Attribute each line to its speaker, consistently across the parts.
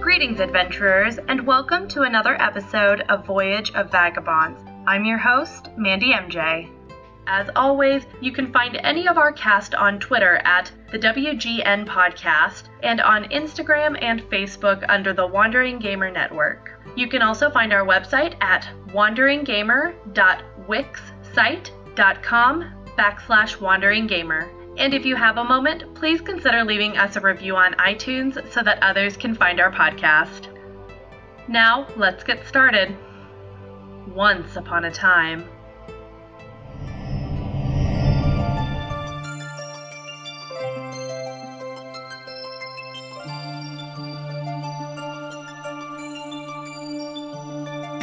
Speaker 1: Greetings, adventurers, and welcome to another episode of Voyage of Vagabonds. I'm your host, Mandy MJ. As always, you can find any of our cast on Twitter at the WGN Podcast and on Instagram and Facebook under the Wandering Gamer Network. You can also find our website at wanderinggamer.wixsite.com backslash wanderinggamer. And if you have a moment, please consider leaving us a review on iTunes so that others can find our podcast. Now, let's get started. Once upon a time.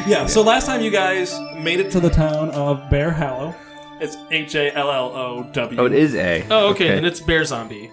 Speaker 2: Yeah, so last time you guys made it to the town of Bear Hollow.
Speaker 3: It's H A L L O W.
Speaker 4: Oh, it is A.
Speaker 3: Oh, okay, Then it's Bear Zombie.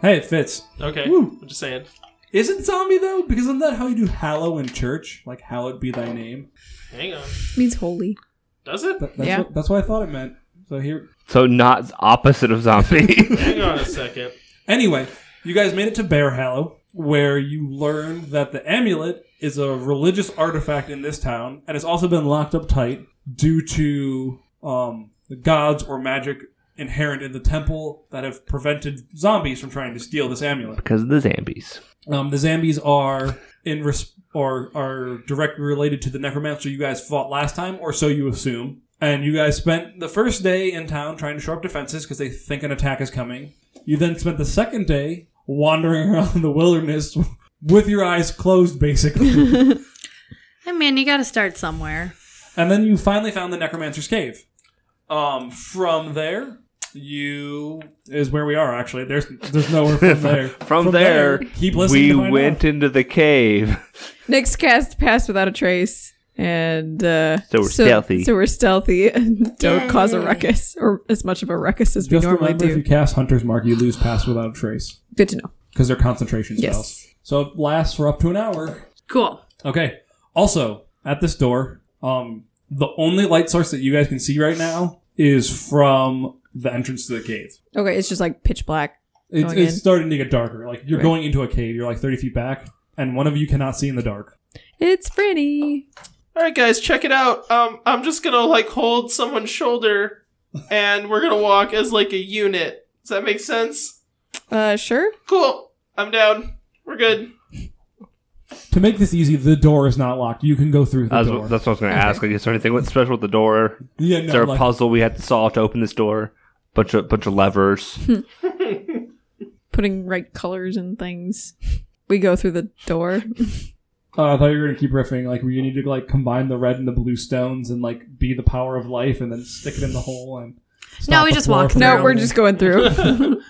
Speaker 2: Hey, it fits.
Speaker 3: Okay.
Speaker 2: Woo.
Speaker 3: I'm just saying.
Speaker 2: Isn't zombie though? Because isn't that how you do hallow in church? Like hallowed be thy name.
Speaker 3: Hang on.
Speaker 5: means holy.
Speaker 3: Does it?
Speaker 2: That- that's,
Speaker 5: Yeah.
Speaker 2: what, that's what I thought it meant. So here,
Speaker 4: So not opposite of zombie.
Speaker 3: Hang on a second.
Speaker 2: anyway, you guys made it to Bear Hollow, where you learned that the amulet is a religious artifact in this town, and it's also been locked up tight due to um, the gods or magic inherent in the temple that have prevented zombies from trying to steal this amulet.
Speaker 4: because of the Zambies.
Speaker 2: Um, the Zambies are in res- or are directly related to the necromancer you guys fought last time, or so you assume. And you guys spent the first day in town trying to shore up defenses because they think an attack is coming. You then spent the second day wandering around the wilderness with your eyes closed, basically.
Speaker 5: Hey man, you gotta start somewhere.
Speaker 2: and then you finally found the necromancer's cave. Um, from there, you is where we are. Actually, there's there's nowhere from there.
Speaker 4: From, there,
Speaker 2: keep listening.
Speaker 4: we
Speaker 2: to find
Speaker 4: went
Speaker 2: out.
Speaker 4: into the cave.
Speaker 6: Next cast passed without a trace. And uh,
Speaker 4: So we're stealthy.
Speaker 6: So we're stealthy and don't cause a ruckus or as much of a ruckus as
Speaker 2: Just
Speaker 6: we normally
Speaker 2: remember, if you
Speaker 6: do.
Speaker 2: cast Hunter's Mark, you lose pass without a trace
Speaker 6: Good to know.
Speaker 2: because they're concentration
Speaker 6: Yes.
Speaker 2: spells. So it lasts for up to an hour.
Speaker 1: Cool.
Speaker 2: Okay. Also, at this door, um, the only light source that you guys can see right now is from the entrance to the cave.
Speaker 6: Okay, it's just like pitch black.
Speaker 2: It's,
Speaker 6: Going in.
Speaker 2: it's starting to get darker. Like you're
Speaker 6: Right.
Speaker 2: going into a cave. You're like 30 feet back, and one of you cannot see in the dark.
Speaker 6: It's Franny.
Speaker 3: All right, guys, check it out. Um, I'm just gonna like hold someone's shoulder, and we're gonna walk as like a unit. Does that make sense?
Speaker 6: Uh, sure.
Speaker 3: Cool. I'm down. We're good.
Speaker 2: To make this easy, the door is not locked. You can go through the
Speaker 4: That's
Speaker 2: door.
Speaker 4: what, that's what I was going to ask. Like, is there anything what's special with the door?
Speaker 2: yeah, no,
Speaker 4: Is there a
Speaker 2: like-
Speaker 4: puzzle we had to solve to open this door? Bunch of bunch of levers.
Speaker 6: Putting right colors and things. We go through the door.
Speaker 2: Uh, I thought you were gonna keep riffing. Like, we need to like combine the red and the blue stones and like be the power of life, and then stick it in the hole. And stop
Speaker 5: we
Speaker 2: the
Speaker 5: just
Speaker 2: floor
Speaker 5: walk
Speaker 2: from
Speaker 6: no,
Speaker 2: rolling.
Speaker 6: we're just going through.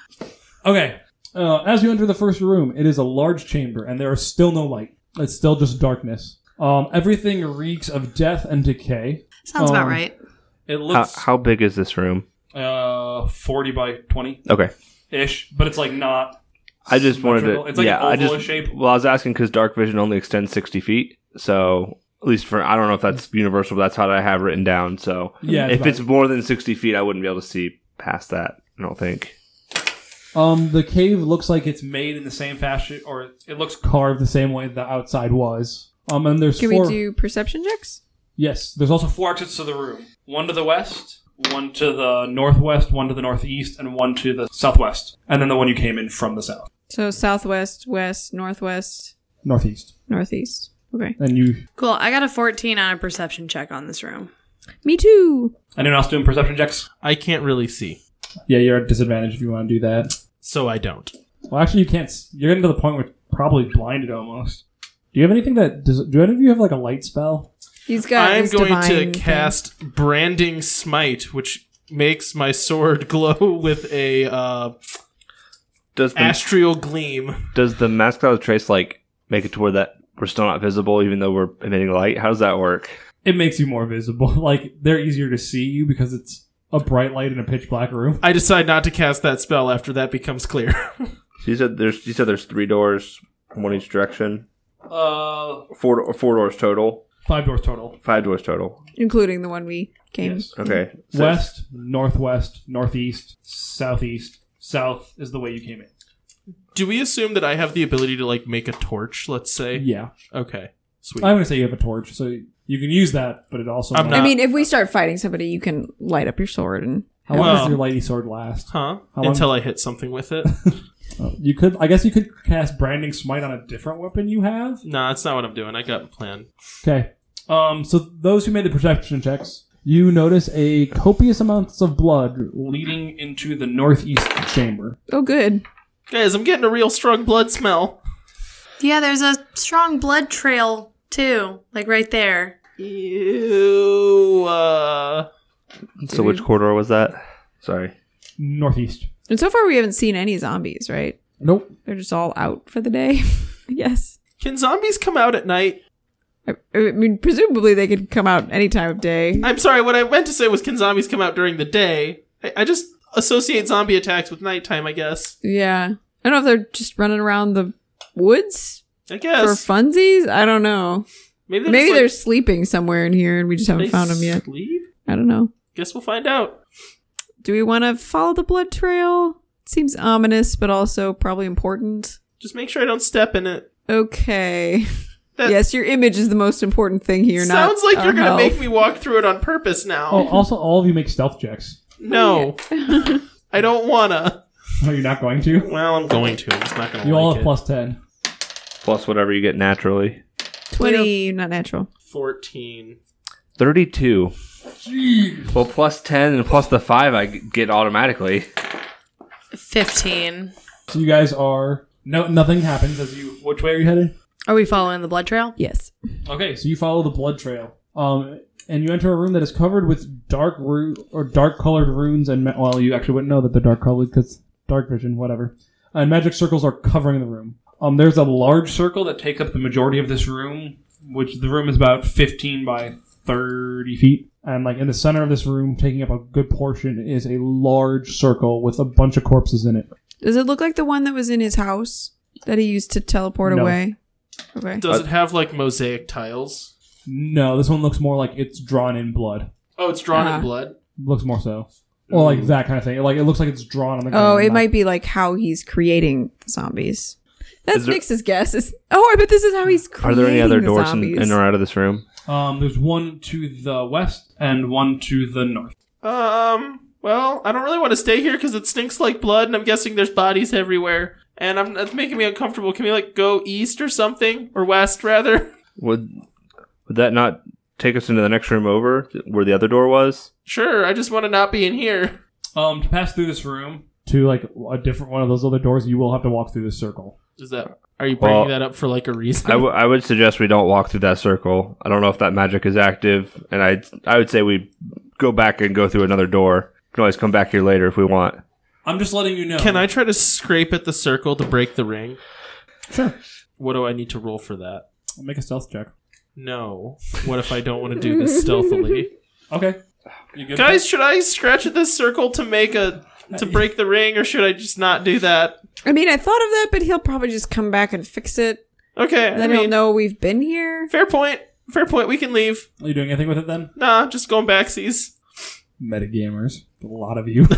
Speaker 2: okay. Uh, as you enter the first room, it is a large chamber, and there is still no light. It's still just darkness. Um, everything reeks of death and decay.
Speaker 5: Sounds
Speaker 2: Um,
Speaker 5: about right.
Speaker 2: It
Speaker 4: How,
Speaker 2: looks
Speaker 4: how big is this room?
Speaker 2: uh forty by twenty
Speaker 4: Okay,
Speaker 2: ish, but it's like not.
Speaker 4: I just wanted to.
Speaker 2: Symmetrical. It's like
Speaker 4: yeah,
Speaker 2: an
Speaker 4: I just.
Speaker 2: oval shape.
Speaker 4: Well, I was asking because dark vision only extends sixty feet, so. At least for I don't know if that's universal, but that's how I have written down. So
Speaker 2: Yeah,
Speaker 4: if
Speaker 2: about-
Speaker 4: it's more than sixty feet, I wouldn't be able to see past that. I don't think.
Speaker 2: Um, the cave looks like it's made in the same fashion, or it looks carved the same way the outside was. Um, and there's
Speaker 6: Can
Speaker 2: four.
Speaker 6: we do perception checks?
Speaker 2: Yes, there's also four exits to the room. One to the west, one to the northwest, one to the northeast, and one to the southwest. And then the one you came in from the south.
Speaker 6: So southwest, west, northwest,
Speaker 2: Northeast.
Speaker 6: northeast. Okay.
Speaker 2: And you
Speaker 5: Cool. I got a 14 on a perception check on this room.
Speaker 6: Me too.
Speaker 2: anyone else doing perception checks?
Speaker 3: I can't really see,
Speaker 2: Yeah, you're at disadvantage if you want to do that.
Speaker 3: so I don't.
Speaker 2: Well actually you can't s- you're getting to the point where you're probably blinded almost. Do you have anything that does do any of you have like a light spell?
Speaker 6: He's got.
Speaker 3: I'm
Speaker 6: this
Speaker 3: going to
Speaker 6: divine thing.
Speaker 3: cast Branding Smite, which makes my sword glow with a uh,
Speaker 4: Does the
Speaker 3: astral gleam.
Speaker 4: Does the mask cloud trace like make it to where that we're still not visible even though we're emitting light? How does that work?
Speaker 2: It makes you more visible. Like they're easier to see you because it's a bright light in a pitch black room.
Speaker 3: I decide not to cast that spell after that becomes clear.
Speaker 4: So you said there's you said there's three doors, one each direction,
Speaker 2: Uh
Speaker 4: four or four doors total,
Speaker 2: five doors total.
Speaker 4: five doors total.
Speaker 6: including the one we came.
Speaker 2: Yes.
Speaker 4: Okay, So-
Speaker 2: West, northwest, northeast, southeast, south is the way you came in.
Speaker 3: Do we assume that I have the ability to like make a torch? Let's say.
Speaker 2: Yeah,
Speaker 3: Okay. Sweet.
Speaker 2: I'm gonna say you have a torch, so you can use that, but it also.
Speaker 3: I'm
Speaker 2: might-
Speaker 3: not-
Speaker 6: I mean, if we start fighting somebody, you can light up your sword and.
Speaker 2: How long
Speaker 3: Well-
Speaker 2: does your lady sword last?
Speaker 3: huh?
Speaker 2: How long-
Speaker 3: Until I hit something with it.
Speaker 2: Oh, You could, I guess, you could cast branding smite on a different weapon you have.
Speaker 3: nah, that's not what I'm doing. I got a plan.
Speaker 2: Okay. Um, so those who made the perception checks, you notice a copious amounts of blood leading into the northeast chamber.
Speaker 6: Oh, good.
Speaker 3: Guys, I'm getting a real strong blood smell.
Speaker 5: Yeah, there's a strong blood trail too, like right there.
Speaker 3: Ew. Uh,
Speaker 4: So which corridor was that? Sorry.
Speaker 2: Northeast.
Speaker 6: And so far, we haven't seen any zombies, right?
Speaker 2: Nope.
Speaker 6: They're just all out for the day. yes.
Speaker 3: can zombies come out at night?
Speaker 6: I, I mean, presumably they could come out any time of day.
Speaker 3: I'm sorry. What I meant to say was, can zombies come out during the day? I, I just associate zombie attacks with nighttime. I guess.
Speaker 6: Yeah. I don't know if they're just running around the woods
Speaker 3: I
Speaker 6: for
Speaker 3: guess.
Speaker 6: funsies. I don't know.
Speaker 3: maybe
Speaker 6: Maybe
Speaker 3: just,
Speaker 6: they're
Speaker 3: like,
Speaker 6: sleeping somewhere in here and we just haven't
Speaker 3: they
Speaker 6: found them yet.
Speaker 3: Sleep?
Speaker 6: I don't know.
Speaker 3: Guess we'll find out.
Speaker 6: Do we want to follow the blood trail? Seems ominous, but also probably important.
Speaker 3: Just make sure I don't step in it.
Speaker 6: Okay.
Speaker 3: That-
Speaker 6: yes, your image is the most important thing here. not
Speaker 3: Sounds like
Speaker 6: our
Speaker 3: you're gonna
Speaker 6: health.
Speaker 3: make me walk through it on purpose now.
Speaker 2: Oh, also, all of you make stealth checks.
Speaker 3: No, I don't wanna.
Speaker 2: Are you not going to?
Speaker 3: Well, I'm going to. I'm just not gonna.
Speaker 2: You
Speaker 3: like
Speaker 2: all have
Speaker 3: it.
Speaker 2: plus ten.
Speaker 4: Plus whatever you get naturally.
Speaker 6: twenty, not natural.
Speaker 3: fourteen.
Speaker 4: 32. Well, plus 10 and plus the 5 I g- get automatically.
Speaker 5: 15.
Speaker 2: So you guys are no nothing happens as you. Which way are you headed?
Speaker 5: Are we following the blood trail?
Speaker 6: Yes.
Speaker 2: Okay, so you follow the blood trail. Um, and you enter a room that is covered with dark ru- or dark colored runes and ma- well, you actually wouldn't know that they're dark colored because dark vision, whatever. And magic circles are covering the room. Um, there's a large circle that take up the majority of this room, which the room is about 15 by 30 feet. And like in the center of this room, taking up a good portion, is a large circle with a bunch of corpses in it.
Speaker 6: Does it look like the one that was in his house that he used to teleport
Speaker 2: No.
Speaker 6: away? Okay.
Speaker 3: Does it have like mosaic tiles?
Speaker 2: No, this one looks more like it's drawn in blood.
Speaker 3: Oh, it's drawn
Speaker 6: Ah.
Speaker 3: in blood.
Speaker 2: Looks more so. Well, like
Speaker 3: Ooh.
Speaker 2: that kind of thing. Like it looks like it's drawn on the ground.
Speaker 6: Oh, it
Speaker 2: not-
Speaker 6: might be like how he's creating zombies. That's
Speaker 4: Is there-
Speaker 6: Nix's guess. Is oh, I bet this is how he's
Speaker 4: Are
Speaker 6: creating.
Speaker 4: there any other
Speaker 6: the
Speaker 4: doors in,
Speaker 6: zombies.
Speaker 4: in or out of this room?
Speaker 2: Um, there's one to the west and one to the north.
Speaker 3: Um. Well, I don't really want to stay here because it stinks like blood, and I'm guessing there's bodies everywhere, and I'm that's making me uncomfortable. Can we like go east or something, or west rather?
Speaker 4: Would would that not take us into the next room over th- where the other door was?
Speaker 3: Sure. I just want to not be in here.
Speaker 2: Um, to pass through this room to like a different one of those other doors, you will have to walk through this circle.
Speaker 3: Is that? Are you bringing
Speaker 4: Well,
Speaker 3: that up for like a reason?
Speaker 4: I, w- I would suggest we don't walk through that circle. I don't know if that magic is active, and I I would say we go back and go through another door. We can always come back here later if we want.
Speaker 2: I'm just letting you know.
Speaker 3: Can I try to scrape at the circle to break the ring?
Speaker 2: Sure.
Speaker 3: What do I need to roll for that?
Speaker 2: I'll make a stealth check.
Speaker 3: No. What if I don't want to do this stealthily?
Speaker 2: Okay. You good?
Speaker 3: Guys, should I scratch at this circle to make a to break the ring, or should I just not do that?
Speaker 6: I mean, I thought of that, but he'll probably just come back and fix it.
Speaker 3: Okay.
Speaker 6: And
Speaker 3: I
Speaker 6: then he'll
Speaker 3: mean,
Speaker 6: know we've been here.
Speaker 3: fair point. Fair point. We can leave.
Speaker 2: Are you doing anything with it then?
Speaker 3: Nah, just going backsies.
Speaker 2: Metagamers, a lot of you.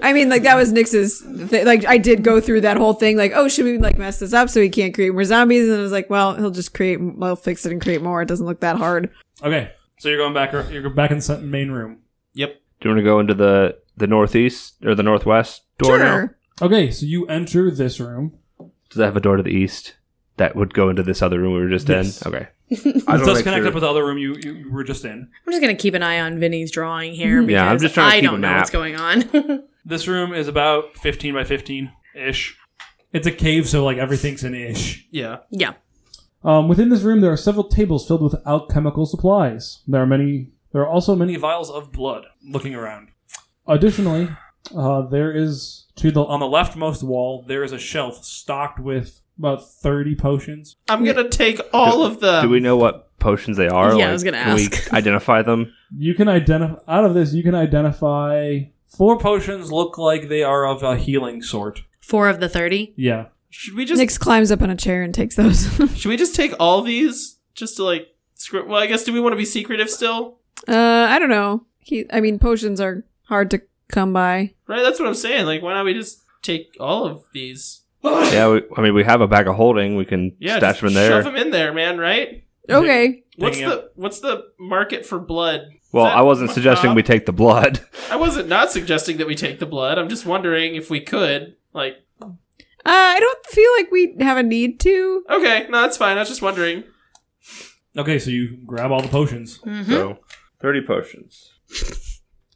Speaker 6: I mean, like that was Nix's. Th- like I did go through that whole thing. Like, oh, should we like mess this up so he can't create more zombies? And I was like, well, he'll just create. Well, fix it and create more. It doesn't look that hard.
Speaker 2: okay, so you're going back. You're back in the main room.
Speaker 3: Yep.
Speaker 4: Do you want to go into the the northeast or the northwest door now?
Speaker 2: Okay, so you enter this room.
Speaker 4: Does that have a door to the east that would go into this other room we were just
Speaker 2: Yes.
Speaker 4: in? Okay. I
Speaker 2: It
Speaker 4: don't
Speaker 2: does
Speaker 4: make
Speaker 2: connect
Speaker 4: sure.
Speaker 2: up with the other room you, you, you were just in.
Speaker 5: I'm just going to keep an eye on Vinny's drawing here because
Speaker 4: Yeah, I'm just trying to
Speaker 5: I
Speaker 4: keep a
Speaker 5: don't know
Speaker 4: map.
Speaker 5: what's going on.
Speaker 2: This room is about 15 by 15 ish. It's a cave, so like everything's an ish.
Speaker 3: Yeah.
Speaker 5: yeah.
Speaker 2: Um, within this room, there are several tables filled with alchemical supplies. There are many. There are also many vials of blood. Looking around. Additionally, uh, there is to the on the leftmost wall there is a shelf stocked with about thirty potions.
Speaker 3: I'm gonna take all of the.
Speaker 4: Do we know what potions they are?
Speaker 5: Yeah, I was gonna
Speaker 4: can we
Speaker 5: ask.
Speaker 4: identify them.
Speaker 2: You can identify out of this. You can identify four potions. Look like they are of a healing sort.
Speaker 5: Four of the 30.
Speaker 2: Yeah.
Speaker 3: Should we just?
Speaker 6: Nix climbs up on a chair and takes those.
Speaker 3: Should we just take all these just to like? Screw- well, I guess do we want to be secretive still?
Speaker 6: Uh, I don't know. He, I mean, potions are hard to come by.
Speaker 3: Right. That's what I'm saying. Like, why not we just take all of these.
Speaker 4: Yeah, we, I mean, we have a bag of holding. We can
Speaker 3: Yeah,
Speaker 4: stash them in
Speaker 3: just
Speaker 4: there.
Speaker 3: Shove them in there, man. Right?
Speaker 6: Okay.
Speaker 3: What's
Speaker 2: Hang
Speaker 3: the what's the market for blood? Is
Speaker 4: well,
Speaker 3: that
Speaker 4: I wasn't
Speaker 3: macabre?
Speaker 4: suggesting we take the blood.
Speaker 3: I wasn't not suggesting that we take the blood. I'm just wondering if we could. Like,
Speaker 6: Uh, I don't feel like we have a need to.
Speaker 3: okay, no, that's fine. I was just wondering.
Speaker 2: Okay, so you grab all the potions.
Speaker 4: So, thirty potions.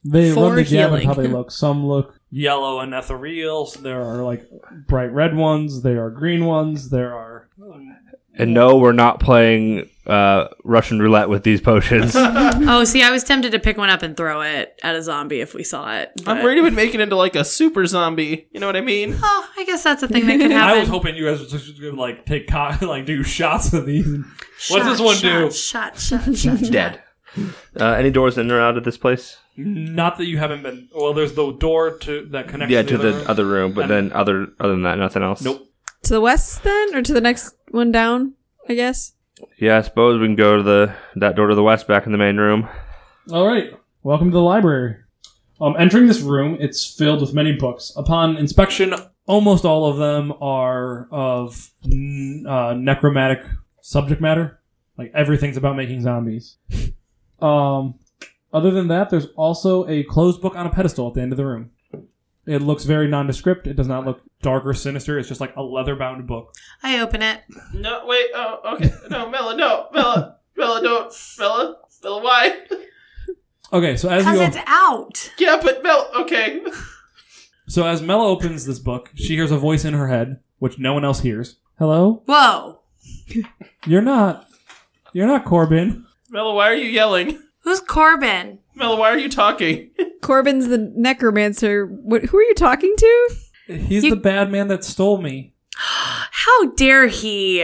Speaker 2: They
Speaker 5: For
Speaker 2: run together
Speaker 5: healing.
Speaker 2: how they look. Some look yellow and ethereal. so there are like bright red ones. There are green ones. There are.
Speaker 4: And no, we're not playing uh, Russian roulette with these potions.
Speaker 5: Oh, see, I was tempted to pick one up and throw it at a zombie if we saw it. but-
Speaker 3: I'm worried it would make it into like a super zombie. You know what I mean?
Speaker 5: Oh, I guess that's a thing that could happen.
Speaker 2: I was hoping you guys were just gonna like take co- like do shots of these. What's this one do?
Speaker 5: Shot, shot, shot, shot.
Speaker 4: Dead. Uh, any doors in or out of this place?
Speaker 2: Not that you haven't been. Well, there's the door to that connects.
Speaker 4: yeah,
Speaker 2: to
Speaker 4: to
Speaker 2: the, other,
Speaker 4: other room. But then other other than that, nothing else.
Speaker 2: Nope.
Speaker 6: To the west then? Or to the next one down, I guess?
Speaker 4: Yeah, I suppose we can go to the that door to the west, back in the main room.
Speaker 2: All right. Welcome to the library. Um, entering this room, it's filled with many books. Upon inspection, almost all of them are of n- uh, necromantic subject matter. Like everything's about making zombies. Um, other than that, there's also a closed book on a pedestal at the end of the room. It looks very nondescript. It does not look dark or sinister. It's just like a leather-bound book.
Speaker 5: I open it.
Speaker 3: No, wait. Oh, okay. No, Mela, no, Mela, Mela, don't, Mela, Mela, why?
Speaker 2: Okay, so as you
Speaker 5: Because
Speaker 2: go,
Speaker 5: it's out.
Speaker 3: Yeah, but Mela, okay.
Speaker 2: so as Mela opens this book, she hears a voice in her head, which no one else hears. Hello.
Speaker 5: Whoa.
Speaker 2: You're not. You're not Corbin.
Speaker 3: Mela, why are you yelling?
Speaker 5: Who's Corbin?
Speaker 3: Mela, why are you talking?
Speaker 6: Corbin's the necromancer. What, who are you talking to?
Speaker 2: He's
Speaker 5: You-
Speaker 2: the bad man that stole me.
Speaker 5: How dare he?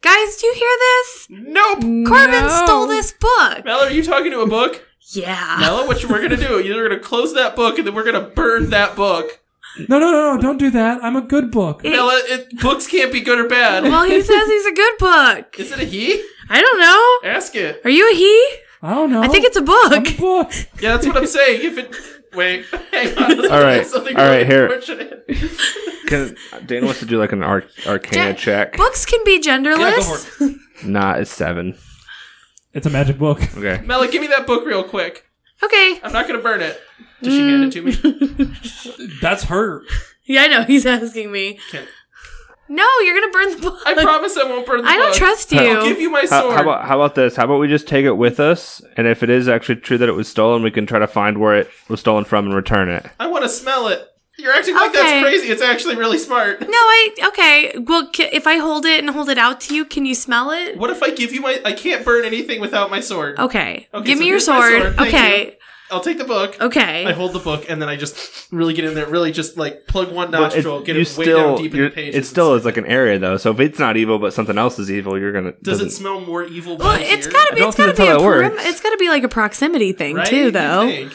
Speaker 5: Guys, do you hear this?
Speaker 3: Nope.
Speaker 5: Corbin
Speaker 6: No.
Speaker 5: stole this book.
Speaker 3: Mela, are you talking to a book?
Speaker 5: Yeah.
Speaker 3: Mela, what you- we're gonna do? You're gonna close that book and then we're gonna burn that book.
Speaker 2: No, no, no, no! Don't do that. I'm a good book.
Speaker 3: Mela, it, books can't be good or bad.
Speaker 5: Well, he says he's a good book.
Speaker 3: Is it a he?
Speaker 5: I don't know.
Speaker 3: Ask it.
Speaker 5: Are you a he?
Speaker 2: I don't know.
Speaker 5: I think it's
Speaker 2: I'm
Speaker 5: a book.
Speaker 2: a book.
Speaker 3: Yeah, that's what I'm saying. If it, wait, hang on. This
Speaker 4: All right,
Speaker 3: is something
Speaker 4: all right,
Speaker 3: really
Speaker 4: here.
Speaker 3: unfortunate.
Speaker 4: Can Dana wants to do like an arc, arcana
Speaker 5: Jack-
Speaker 4: check?
Speaker 5: Books can be
Speaker 2: Yeah, go
Speaker 5: genderless.
Speaker 2: for it.
Speaker 4: Nah, it's seven.
Speaker 2: It's a magic book.
Speaker 4: Okay.
Speaker 3: Mela, give me that book real quick.
Speaker 5: okay.
Speaker 3: I'm not gonna burn it. Does she hand it to me?
Speaker 5: Mm.
Speaker 2: That's her.
Speaker 5: Yeah, I know. He's asking me.
Speaker 3: Okay.
Speaker 5: No, you're going to burn the book.
Speaker 3: I promise I won't burn the
Speaker 5: I don't
Speaker 3: book.
Speaker 5: trust
Speaker 4: I'll
Speaker 5: you.
Speaker 3: I'll give you my
Speaker 4: How,
Speaker 3: sword.
Speaker 4: how about how about this? How about we just take it with us, and if it is actually true that it was stolen, we can try to find where it was stolen from and return it.
Speaker 3: I want to smell it. You're acting like
Speaker 5: Okay.
Speaker 3: that's crazy. It's actually really smart.
Speaker 5: No, I okay. Well, ca- if I hold it and hold it out to you, can you smell it?
Speaker 3: What if I give you my? I can't burn anything without my sword.
Speaker 5: Okay.
Speaker 3: Okay,
Speaker 5: Give
Speaker 3: so
Speaker 5: me your
Speaker 3: here's my
Speaker 5: sword.
Speaker 3: sword. Thank
Speaker 5: Okay.
Speaker 3: I'll take the book.
Speaker 5: Okay.
Speaker 3: I hold the book and then I just really get in there. Really, just like plug one
Speaker 4: But
Speaker 3: nostril, get
Speaker 4: you
Speaker 3: it way down deep in
Speaker 4: you're-
Speaker 3: the pages.
Speaker 4: It
Speaker 3: and
Speaker 4: still
Speaker 3: see.
Speaker 4: is like an area though. So if it's not evil, but something else is evil, you're gonna.
Speaker 3: Does it
Speaker 4: doesn't-
Speaker 3: smell more evil?
Speaker 5: well,
Speaker 3: by
Speaker 5: it's
Speaker 3: here?
Speaker 5: gotta be.
Speaker 4: I
Speaker 5: It's
Speaker 4: don't
Speaker 5: gotta
Speaker 4: think
Speaker 5: be a
Speaker 4: that's how it
Speaker 5: perim-
Speaker 4: works.
Speaker 5: It's gotta be like a proximity thing
Speaker 3: Right?
Speaker 5: too,
Speaker 3: You'd
Speaker 5: though.
Speaker 3: think.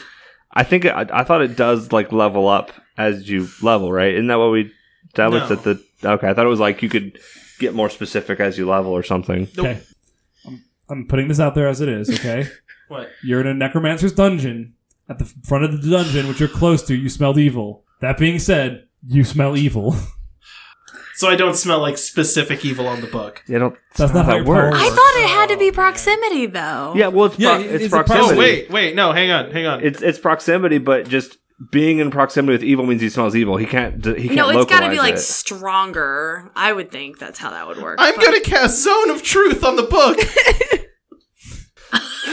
Speaker 4: I think I, I thought it does like level up as you level, right? Isn't that what we established
Speaker 3: No.
Speaker 4: at the? Okay, I thought it was like you could get more specific as you level or something.
Speaker 3: Nope.
Speaker 2: Okay. I'm, I'm putting this out there as it is. Okay.
Speaker 3: What?
Speaker 2: You're in a necromancer's dungeon. At the front of the dungeon, which you're close to, you smelled evil. That being said, you smell evil.
Speaker 3: So I don't smell like specific evil on the book.
Speaker 4: You don't.
Speaker 2: That's not how
Speaker 4: it
Speaker 2: your power
Speaker 4: works.
Speaker 5: I thought it had to be proximity though.
Speaker 4: Oh, Yeah, well, it's
Speaker 2: Yeah,
Speaker 4: pro- it's,
Speaker 2: it's a
Speaker 4: proximity.
Speaker 2: problem.
Speaker 3: Oh wait, wait, no, hang on, hang on.
Speaker 4: It's it's proximity, but just being in proximity with evil means he smells evil. He can't. d- He can't.
Speaker 5: No, it's
Speaker 4: got to
Speaker 5: gotta be like
Speaker 4: It.
Speaker 5: stronger. I would think that's how that would work.
Speaker 3: I'm
Speaker 5: but-
Speaker 3: gonna cast Zone of Truth on the book.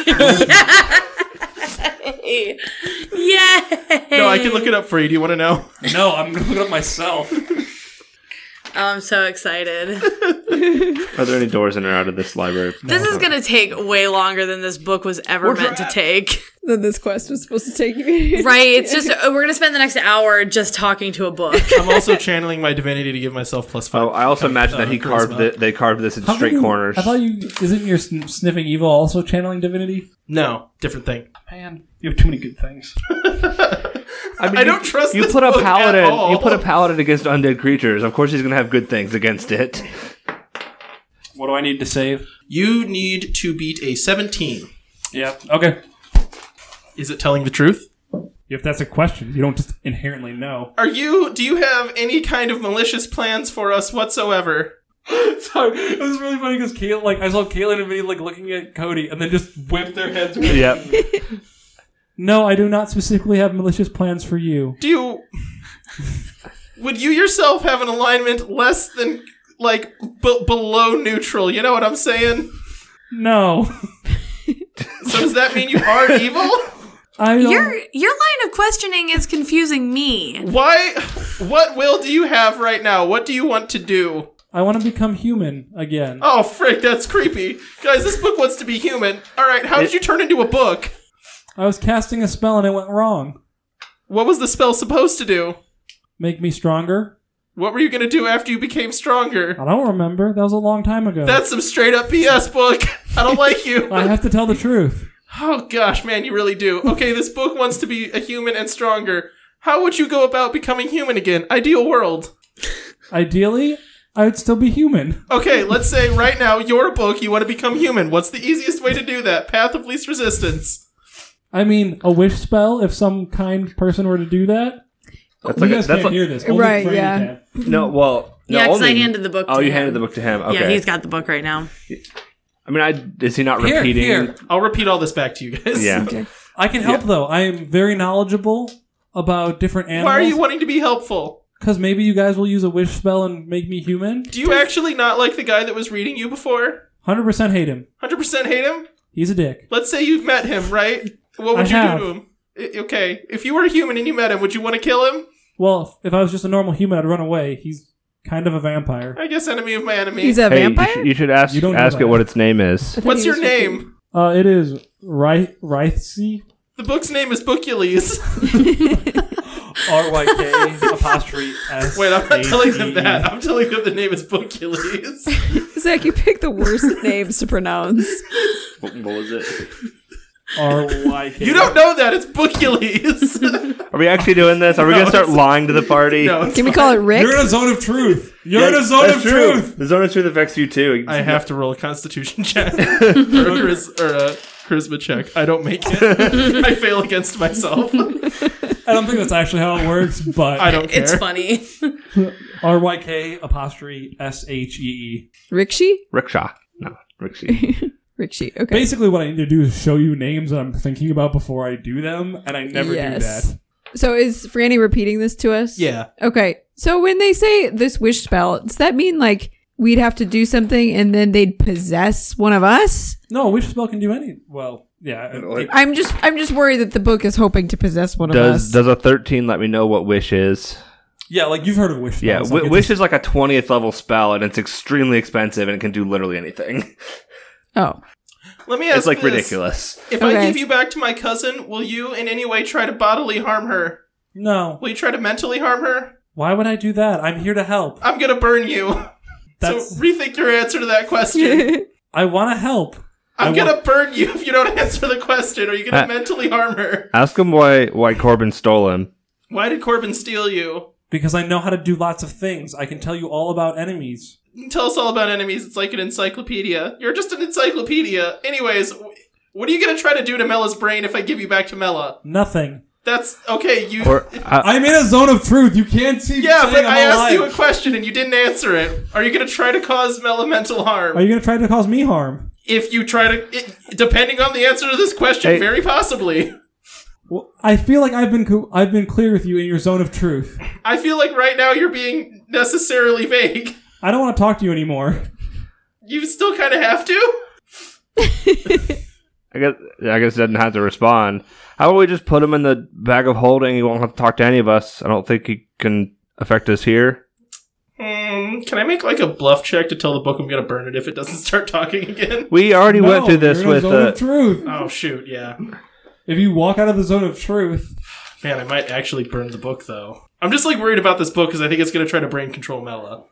Speaker 5: Yay! Yay!
Speaker 3: no, I can look it up for you. Do you want to know?
Speaker 2: No, I'm gonna look it up myself.
Speaker 5: Oh, I'm so excited.
Speaker 4: Are there any doors in or out of this library?
Speaker 5: this is gonna take way longer than this book was ever meant to take.
Speaker 6: Then this quest was supposed to take you.
Speaker 5: Right? It's just uh, we're gonna spend the next hour just talking to a book.
Speaker 3: I'm also channeling my divinity to give myself plus five.
Speaker 4: Oh, I also imagine that he carved.
Speaker 3: charisma.
Speaker 4: It, they carved this in
Speaker 2: How
Speaker 4: straight
Speaker 2: come you-
Speaker 4: corners.
Speaker 2: I thought you isn't your sn- sniffing evil also channeling divinity?
Speaker 3: no, different thing.
Speaker 2: Man, you have too many good things.
Speaker 4: I, mean,
Speaker 3: I don't trust
Speaker 4: You
Speaker 3: this
Speaker 4: put a
Speaker 3: book at
Speaker 4: paladin.
Speaker 3: all.
Speaker 4: You put a paladin against undead creatures. Of course, he's going to have good things against it.
Speaker 2: What do I need to save?
Speaker 3: You need to beat a 17.
Speaker 2: Yeah. Okay.
Speaker 3: Is it telling the truth?
Speaker 2: If that's a question, you don't just inherently know.
Speaker 3: Are you? Do you have any kind of malicious plans for us whatsoever?
Speaker 2: Sorry, it was really funny because Kayla, like, I saw Caitlin and me like looking at Cody and then just whip their heads. away.
Speaker 4: Yep.
Speaker 2: No, I do not specifically have malicious plans for you.
Speaker 3: Do you? would you yourself have an alignment less than like b- below neutral? You know what I'm saying?
Speaker 2: No,
Speaker 3: So does that mean you are evil?
Speaker 2: I don't.
Speaker 5: Your your line of questioning is confusing me.
Speaker 3: Why? What will do you have right now? What do you want to do?
Speaker 2: I want to become human again.
Speaker 3: Oh, frick, that's creepy. Guys, this book wants to be human. All right, how did you turn into a book?
Speaker 2: I was casting a spell and it went wrong.
Speaker 3: What was the spell supposed to do?
Speaker 2: Make me stronger?
Speaker 3: What were you going to do after you became stronger?
Speaker 2: I don't remember. That was a long time ago.
Speaker 3: That's some straight up BS book. I don't like you.
Speaker 2: I have to tell the truth.
Speaker 3: Oh gosh, man, you really do. Okay, this book wants to be a human and stronger. How would you go about becoming human again? Ideal world.
Speaker 2: Ideally, I would still be human.
Speaker 3: Okay, let's say right now you're a book, you want to become human. What's the easiest way to do that? Path of least resistance.
Speaker 2: I mean, a wish spell, if some kind person were to do that.
Speaker 4: That's
Speaker 2: you
Speaker 4: like a,
Speaker 2: guys
Speaker 4: that's
Speaker 2: can't
Speaker 4: like,
Speaker 2: hear this. Only
Speaker 6: Right,
Speaker 2: Franny
Speaker 6: yeah.
Speaker 2: can.
Speaker 4: no. Well, no,
Speaker 5: Yeah, 'cause I
Speaker 4: only-
Speaker 5: handed the book
Speaker 4: Oh,
Speaker 5: to
Speaker 4: you
Speaker 5: him.
Speaker 4: handed the book to him. Okay.
Speaker 5: Yeah, he's got the book right now.
Speaker 4: I mean, I is he not
Speaker 2: Here,
Speaker 4: repeating?
Speaker 2: here.
Speaker 3: I'll repeat all this back to you guys.
Speaker 4: Yeah.
Speaker 2: I can help, though. I am very knowledgeable about different animals.
Speaker 3: Why are you wanting to be helpful?
Speaker 2: Because maybe you guys will use a wish spell and make me human.
Speaker 3: Do you actually not like the guy that was reading you before?
Speaker 2: 100% hate him.
Speaker 3: 100% hate him?
Speaker 2: He's a dick.
Speaker 3: Let's say you met him, right? What would
Speaker 2: I
Speaker 3: you
Speaker 2: have.
Speaker 3: do to him? I- okay, if you were a human and you met him, would you want to kill him?
Speaker 2: Well, if I was just a normal human, I'd run away. He's kind of a vampire.
Speaker 3: I guess enemy of my enemy.
Speaker 6: He's a
Speaker 4: Hey, you
Speaker 6: vampire.
Speaker 4: should, you should ask
Speaker 2: You don't know
Speaker 4: ask it
Speaker 2: that.
Speaker 4: what its name is.
Speaker 3: What's your name?
Speaker 2: Uh, it is Ry- Rythsy.
Speaker 3: The book's name is Bookules.
Speaker 2: R Y K apostrophe S.
Speaker 3: Wait, I'm not telling them
Speaker 4: E.
Speaker 3: that. I'm telling them the name is Bookules.
Speaker 6: Zach, you picked the worst names to pronounce.
Speaker 4: What was it?
Speaker 2: R Y K.
Speaker 3: You don't know that it's Bookules.
Speaker 4: Are we actually doing this? Are we
Speaker 3: No,
Speaker 4: gonna start
Speaker 3: it's-
Speaker 4: lying to the party?
Speaker 3: no, it's
Speaker 6: Can we call it Rick?
Speaker 2: You're in a zone of truth. You're in a
Speaker 4: That's-
Speaker 2: zone
Speaker 4: that's
Speaker 2: of
Speaker 4: true.
Speaker 2: truth.
Speaker 4: The zone of truth affects you too.
Speaker 3: I have to roll a Constitution check or a, charis- or a charisma check. I don't make it. I fail against myself.
Speaker 2: I don't think that's actually how it works,
Speaker 3: I
Speaker 2: but
Speaker 3: don't care.
Speaker 5: It's funny.
Speaker 2: R Y K apostrophe S H E E.
Speaker 6: Rickshy?
Speaker 4: rickshaw. No, rickshaw.
Speaker 6: Rickshy. Okay.
Speaker 2: Basically, what I need to do is show you names that I'm thinking about before I do them, and I never
Speaker 6: Yes.
Speaker 2: do that.
Speaker 6: So is Franny repeating this to us?
Speaker 3: Yeah.
Speaker 6: Okay. So when they say this wish spell, does that mean like we'd have to do something and then they'd possess one of us?
Speaker 2: No, wish spell can do any. Well, yeah. I-
Speaker 4: Like-
Speaker 6: I'm just I'm just worried that the book is hoping to possess one of us.
Speaker 4: Does does a thirteen let me know what wish is?
Speaker 2: yeah, like you've heard of wish spells.
Speaker 4: Yeah,
Speaker 2: like,
Speaker 4: wi-
Speaker 2: it's
Speaker 4: wish is like a twentieth level spell, and it's extremely expensive, and it can do literally anything.
Speaker 6: oh.
Speaker 3: Let me ask.
Speaker 4: it's like
Speaker 3: this.
Speaker 4: ridiculous.
Speaker 3: If I
Speaker 6: Okay.
Speaker 3: give you back to my cousin, will you in any way try to bodily harm her?
Speaker 2: No.
Speaker 3: Will you try to mentally harm her?
Speaker 2: Why would I do that? I'm here to help.
Speaker 3: I'm gonna burn you.
Speaker 2: That's
Speaker 3: So rethink your answer to that question.
Speaker 2: I want to help.
Speaker 3: I'm
Speaker 2: I
Speaker 3: gonna burn you if you don't answer the question. Are you gonna
Speaker 4: Uh,
Speaker 3: mentally harm her?
Speaker 4: Ask him why why Corbin stole him.
Speaker 3: Why did Corbin steal you?
Speaker 2: because I know how to do lots of things. I can tell you all about enemies.
Speaker 3: Tell us all about enemies. It's like an encyclopedia. You're just an encyclopedia. Anyways, wh- what are you gonna try to do to Mela's brain if I give you back to Mela?
Speaker 2: Nothing.
Speaker 3: That's okay. You.
Speaker 4: Or I,
Speaker 2: I'm in a zone of truth. You can't see. me
Speaker 3: yeah,
Speaker 2: saying
Speaker 3: but
Speaker 2: I'm
Speaker 3: I asked you a
Speaker 2: alive.
Speaker 3: question and you didn't answer it. Are you gonna try to cause Mela mental harm?
Speaker 2: Are you gonna try to cause me harm?
Speaker 3: if you try to, it, depending on the answer to this question,
Speaker 4: Hey.
Speaker 3: very possibly.
Speaker 2: Well, I feel like I've been co- I've been clear with you in your zone of truth.
Speaker 3: I feel like right now you're being necessarily vague.
Speaker 2: I don't want to talk to you anymore.
Speaker 3: You still kind of have to.
Speaker 4: I guess I guess he doesn't have to respond. How about we just put him in the bag of holding? He won't have to talk to any of us. I don't think he can affect us here.
Speaker 3: Hmm, can I make like a bluff check to tell the book I'm gonna burn it if it doesn't start talking again?
Speaker 4: We already
Speaker 2: No,
Speaker 4: went through this
Speaker 2: you're in a
Speaker 4: with
Speaker 2: zone
Speaker 4: uh,
Speaker 2: of truth.
Speaker 3: Oh shoot, yeah.
Speaker 2: If you walk out of the zone of truth,
Speaker 3: Man, I might actually burn the book though. I'm just like worried about this book because I think it's gonna try to brain control Mela.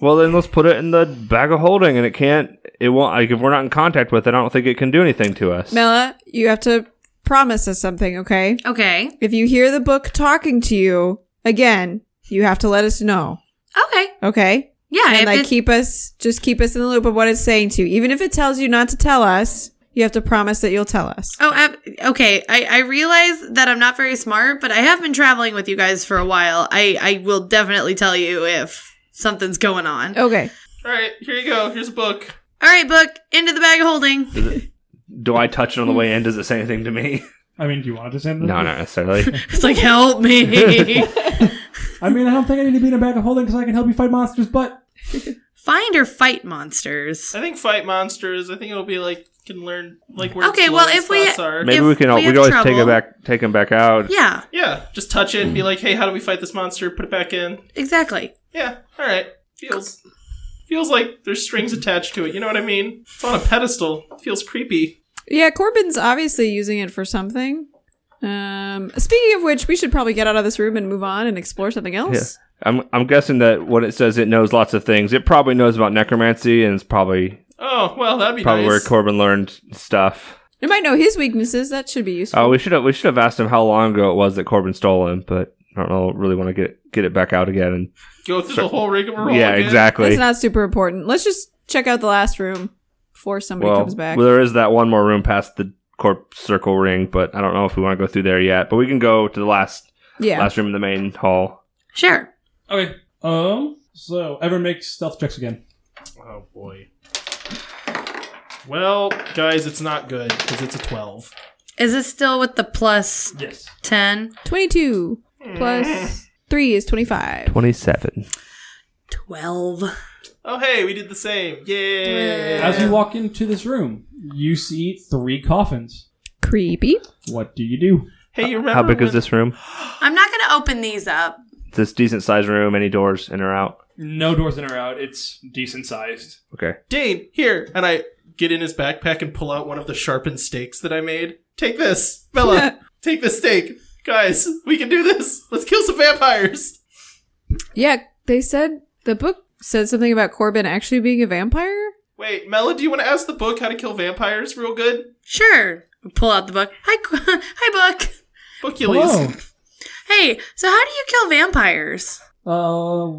Speaker 4: Well, then let's put it in the bag of holding, and it can't. It won't. Like if we're not in contact with it, I don't think it can do anything to us.
Speaker 6: Mela, you have to promise us something, okay?
Speaker 5: Okay.
Speaker 6: If you hear the book talking to you again, you have to let us know.
Speaker 5: Okay.
Speaker 6: Okay?
Speaker 5: Yeah.
Speaker 6: and
Speaker 5: if
Speaker 6: like
Speaker 5: it-
Speaker 6: keep us just keep us in the loop of what it's saying to you even if it tells you not to tell us You have to promise that you'll tell us.
Speaker 5: Oh, ab- okay. I, I realize that I'm not very smart, but I have been traveling with you guys for a while. I, I will definitely tell you if something's going on.
Speaker 6: Okay.
Speaker 3: All right, here you go. Here's a book.
Speaker 5: All right, book, into the bag of holding.
Speaker 4: Do I touch it on the way in? Does it say anything to me?
Speaker 2: I mean, do you want to send them?
Speaker 4: No, not necessarily.
Speaker 5: It's like, help me.
Speaker 2: I mean, I don't think I need to be in a bag of holding because I can help you fight monsters. But
Speaker 5: Find or fight monsters.
Speaker 3: I think fight monsters. I think it'll be like can learn like where
Speaker 5: Okay,
Speaker 3: its
Speaker 5: well,
Speaker 3: lowest
Speaker 5: if we-
Speaker 3: spots are.
Speaker 4: Maybe
Speaker 5: If
Speaker 4: we can.
Speaker 5: we
Speaker 4: All, we
Speaker 5: have
Speaker 4: can always take
Speaker 5: trouble-
Speaker 4: it back. Take him back out.
Speaker 5: Yeah,
Speaker 3: Yeah, just touch it and
Speaker 4: Hmm.
Speaker 3: be like, hey, how do we fight this monster? Put it back in.
Speaker 5: exactly.
Speaker 3: Yeah, all right. Feels feels like there's strings attached to it. You know what I mean? It's on a pedestal. feels creepy.
Speaker 6: Yeah, Corbin's obviously using it for something. Um, speaking of which, we should probably get out of this room and move on and explore something else.
Speaker 4: I'm. I'm guessing that when it says it knows lots of things, it probably knows about necromancy, and it's probably
Speaker 3: Oh well, that'd be
Speaker 4: probably where
Speaker 3: nice.
Speaker 4: Corbin learned stuff.
Speaker 6: It might know his weaknesses. That should be useful.
Speaker 4: Oh, we should have. We should have asked him how long ago it was that Corbin stole him, but I don't know. Really want to get get it back out again. And
Speaker 3: Go through the whole rigmarole.
Speaker 4: yeah,
Speaker 3: again.
Speaker 4: exactly.
Speaker 6: That's not super important. Let's just check out the last room before somebody
Speaker 4: well,
Speaker 6: comes back.
Speaker 4: well, there is that one more room past the corp circle ring, but I don't know if we want to go through there yet. But we can go to the last
Speaker 6: yeah.
Speaker 4: last room in the main hall.
Speaker 5: Sure.
Speaker 2: okay. Um. So everyone makes stealth checks again.
Speaker 3: Oh boy. Well, guys, it's not good because it's a twelve.
Speaker 5: Is it still with the plus
Speaker 2: Yes.
Speaker 5: 10?
Speaker 6: 22 plus 3 is 25.
Speaker 4: Twenty seven.
Speaker 5: 12.
Speaker 3: Oh hey, we did the same. Yay!
Speaker 2: As you walk into this room, you see three coffins.
Speaker 6: Creepy.
Speaker 2: What do you do?
Speaker 3: hey, you remember
Speaker 4: How big
Speaker 3: when-
Speaker 4: is this room?
Speaker 5: I'm not going to open these up.
Speaker 4: This decent sized room. Any doors in or out?
Speaker 2: No doors in or out. It's decent sized.
Speaker 4: Okay.
Speaker 3: Dane, here. And I get in his backpack and pull out one of the sharpened stakes that I made. Take this, Bella. take this stake. Guys, we can do this. Let's kill some vampires.
Speaker 6: Yeah, they said the book said something about Corbin actually being a vampire.
Speaker 3: Wait, Mella, do you want to ask the book how to kill vampires real good?
Speaker 5: Sure. Pull out the book. Hi, Qu- hi, book.
Speaker 3: Bookules.
Speaker 5: Hey, so how do you kill vampires?
Speaker 2: Uh,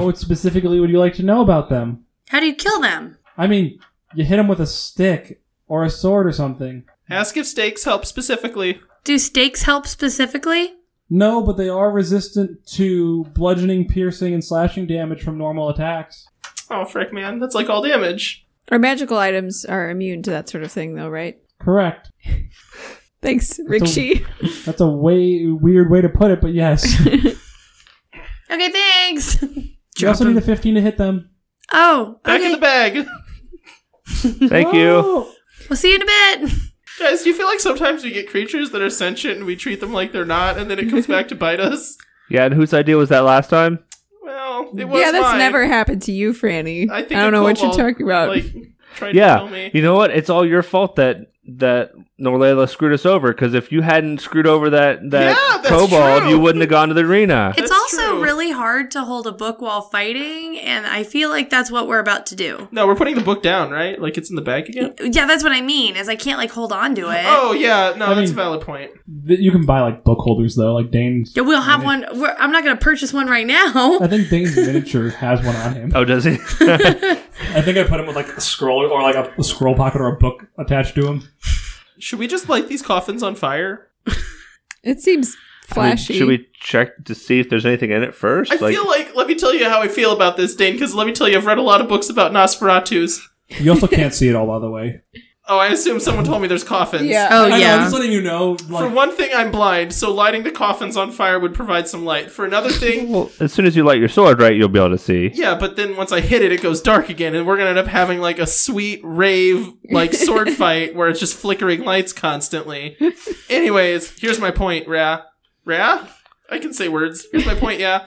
Speaker 2: what specifically would you like to know about them?
Speaker 5: How do you kill them?
Speaker 2: I mean, you hit them with a stick or a sword or something.
Speaker 3: Ask if stakes help specifically.
Speaker 5: Do stakes help specifically?
Speaker 2: No, but they are resistant to bludgeoning, piercing, and slashing damage from normal attacks.
Speaker 3: Oh, frick, man. That's like all damage.
Speaker 6: Our magical items are immune to that sort of thing, though, right?
Speaker 2: Correct.
Speaker 6: Thanks, Rikshi.
Speaker 2: That's a way weird way to put it, but yes.
Speaker 5: Okay, thanks.
Speaker 2: you also need a 15 to hit them.
Speaker 5: Oh,
Speaker 3: Back in
Speaker 5: okay.
Speaker 3: the bag.
Speaker 4: Thank you.
Speaker 2: Oh!
Speaker 5: We'll see you in a bit.
Speaker 3: Guys, do you feel like sometimes we get creatures that are sentient and we treat them like they're not and then it comes back to bite us?
Speaker 4: Yeah, and whose idea was that last time?
Speaker 3: Well, it was
Speaker 6: Yeah, that's
Speaker 3: mine.
Speaker 6: never happened to you, Franny. I,
Speaker 3: I, think
Speaker 6: don't
Speaker 3: a
Speaker 6: know what you're
Speaker 3: kobold,
Speaker 6: talking about.
Speaker 3: Like, tried to kill
Speaker 4: Yeah,
Speaker 3: me.
Speaker 4: you know what? It's all your fault that that Norlela screwed us over. Because if you hadn't screwed over that that
Speaker 3: Yeah, that's
Speaker 4: kobold,
Speaker 3: true.
Speaker 4: you wouldn't have gone to the arena.
Speaker 5: It's
Speaker 3: That's
Speaker 5: also
Speaker 3: true.
Speaker 5: really hard to hold a book while fighting, and I feel like that's what we're about to do.
Speaker 3: No, we're putting the book down, right? Like it's in the bag again.
Speaker 5: Yeah, that's what I mean. Is I can't like hold on to it.
Speaker 3: Oh yeah, no,
Speaker 2: I mean-
Speaker 3: that's a valid point.
Speaker 2: Th- You can buy like book holders though, like Dane's.
Speaker 5: Yeah, we'll have one. We're, I'm not gonna purchase one right now.
Speaker 2: I think Dane's miniature has one on him.
Speaker 4: Oh, does he?
Speaker 2: I think I put him with like a scroll or like a, a scroll pocket or a book attached to him.
Speaker 3: Should we just light these coffins on fire?
Speaker 6: it seems flashy.
Speaker 4: Should we check to see if there's anything in it first?
Speaker 3: I feel like let me tell you how I feel about this, Dane. Because let me tell you, I've read a lot of books about Nosferatu's.
Speaker 2: You also can't see it all, by the way.
Speaker 3: Oh, I assume someone told me there's coffins.
Speaker 6: yeah.
Speaker 5: Oh
Speaker 2: I know, I'm
Speaker 5: yeah.
Speaker 2: just letting you know.
Speaker 3: For
Speaker 2: Like,
Speaker 3: one thing, I'm blind, so lighting the coffins on fire would provide some light. For another thing,
Speaker 4: well, as soon as you light your sword, right, you'll be able to see.
Speaker 3: yeah, but then once I hit it, it goes dark again, and we're gonna end up having like a sweet rave, like sword fight where it's just flickering lights constantly. Anyways, here's my point, Ra. Ra? I can say words. Here's my point, yeah.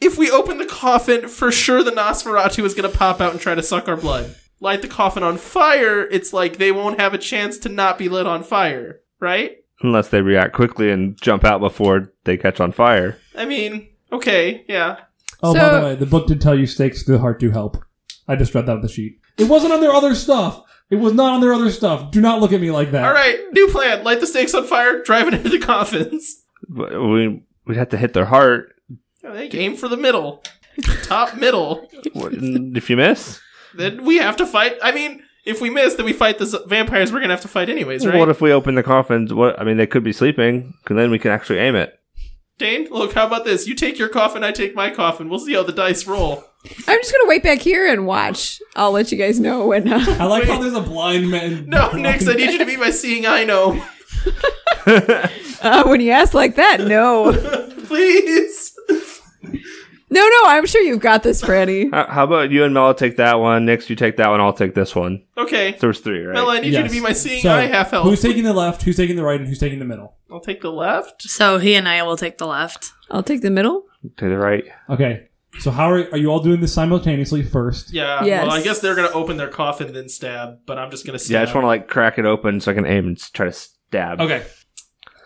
Speaker 3: If we open the coffin, for sure the Nosferatu is going to pop out and try to suck our blood. Light the coffin on fire, it's like they won't have a chance to not be lit on fire, right?
Speaker 4: Unless they react quickly and jump out before they catch on fire.
Speaker 3: I mean, okay, yeah.
Speaker 2: oh, by
Speaker 6: So-
Speaker 2: the way, the book did tell you stakes through the heart do help. I just read that on the sheet. It wasn't on their other stuff. It was not on their other stuff. Do not look at me like that.
Speaker 3: All right, new plan. Light the stakes on fire, drive it into the coffins.
Speaker 4: But We we'd have to hit their heart.
Speaker 3: Aim for the middle. Top middle.
Speaker 4: What- if you miss,
Speaker 3: Then we have to fight. I mean, if we miss, then we fight the z- vampires we're gonna have to fight anyways, right?
Speaker 4: What if we open the coffins? What I mean, they could be sleeping, because then we can actually aim it.
Speaker 3: Dane, look, how about this? You take your coffin, I take my coffin. We'll see how the dice roll.
Speaker 6: I'm just gonna wait back here and watch. I'll let you guys know when. Uh,
Speaker 2: I like how there's a blind man.
Speaker 3: No, Nix, I need you to be my seeing eye gnome.
Speaker 6: uh, when you ask like that, no, no,
Speaker 3: Please.
Speaker 6: no. I'm sure you've got this, Franny.
Speaker 4: How, how about you and Mel take that one? Nix, you take that one. I'll take this one.
Speaker 3: Okay.
Speaker 4: So there's three, right?
Speaker 3: Mel, I need you to
Speaker 2: Yes.
Speaker 3: be my seeing
Speaker 2: So,
Speaker 3: eye half elf.
Speaker 2: Who's taking the left? Who's taking the right? And who's taking the middle?
Speaker 3: I'll take the left.
Speaker 5: So he and I will take the left.
Speaker 6: I'll take the middle.
Speaker 4: to the right.
Speaker 2: Okay. So how are, are you all doing this simultaneously first?
Speaker 3: Yeah.
Speaker 6: Yes.
Speaker 3: Well, I guess they're gonna open their coffin then stab, but I'm just gonna stab.
Speaker 4: Yeah, I just want to like crack it open so I can aim and s- try to stab.
Speaker 2: Okay.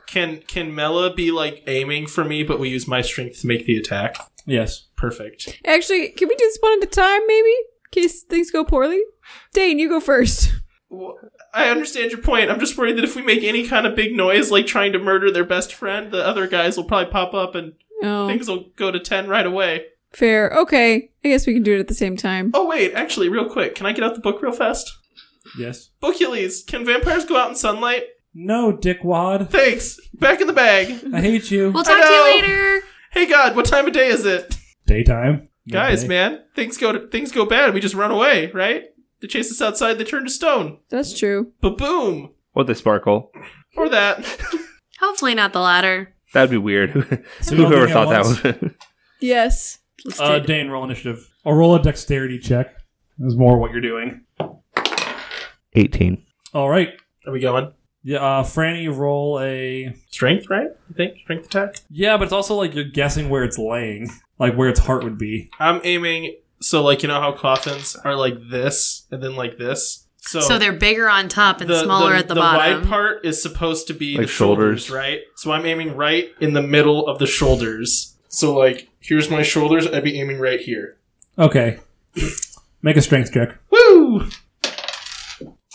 Speaker 3: Can can Mela be like aiming for me, but we use my strength to make the attack?
Speaker 2: Yes.
Speaker 3: Perfect.
Speaker 6: Actually, can we do this one at a time, maybe? In case things go poorly. Dane, you go first.
Speaker 3: Well, I understand your point. I'm just worried that if we make any kind of big noise, like trying to murder their best friend, the other guys will probably pop up and
Speaker 6: Oh,
Speaker 3: things will go to ten right away.
Speaker 6: fair. Okay, I guess we can do it at the same time.
Speaker 3: Oh wait, actually, real quick, can I get out the book real fast?
Speaker 2: Yes.
Speaker 3: Bookules, can vampires go out in sunlight?
Speaker 2: No, dickwad.
Speaker 3: Thanks. Back in the bag.
Speaker 2: I hate you.
Speaker 5: We'll talk to
Speaker 3: know.
Speaker 5: you later.
Speaker 3: Hey God, what time of day is it?
Speaker 2: Daytime.
Speaker 3: Guys,
Speaker 2: Midday.
Speaker 3: man, things go to, things go bad. We just run away, right? They chase us outside. They turn to stone.
Speaker 6: That's true.
Speaker 3: Ba boom.
Speaker 4: What they sparkle?
Speaker 3: Or that.
Speaker 5: Hopefully not the latter.
Speaker 4: That'd be weird. Who-
Speaker 2: we all
Speaker 4: Whoever
Speaker 2: do it
Speaker 4: thought
Speaker 2: once.
Speaker 4: that was.
Speaker 6: Yes.
Speaker 5: Let's do
Speaker 2: Uh,
Speaker 5: it.
Speaker 2: Dane, roll initiative. Or roll a dexterity check. Is more what you're doing.
Speaker 4: 18.
Speaker 2: All right.
Speaker 3: Are we going?
Speaker 2: Yeah. Uh, Franny, roll a.
Speaker 3: Strength, right? You think strength attack?
Speaker 2: Yeah, but it's also like you're guessing where it's laying, like where its heart would be.
Speaker 3: I'm aiming. So like you know how coffins are like this and then like this. So,
Speaker 5: so, they're bigger on top and smaller at the,
Speaker 3: wide
Speaker 5: bottom.
Speaker 3: part is supposed to be
Speaker 4: Like
Speaker 3: the shoulders.
Speaker 4: shoulders.
Speaker 3: right? So I'm aiming right in the middle of the shoulders. So like here's my shoulders. I'd be aiming right here.
Speaker 2: Okay. Make a strength check.
Speaker 3: Woo!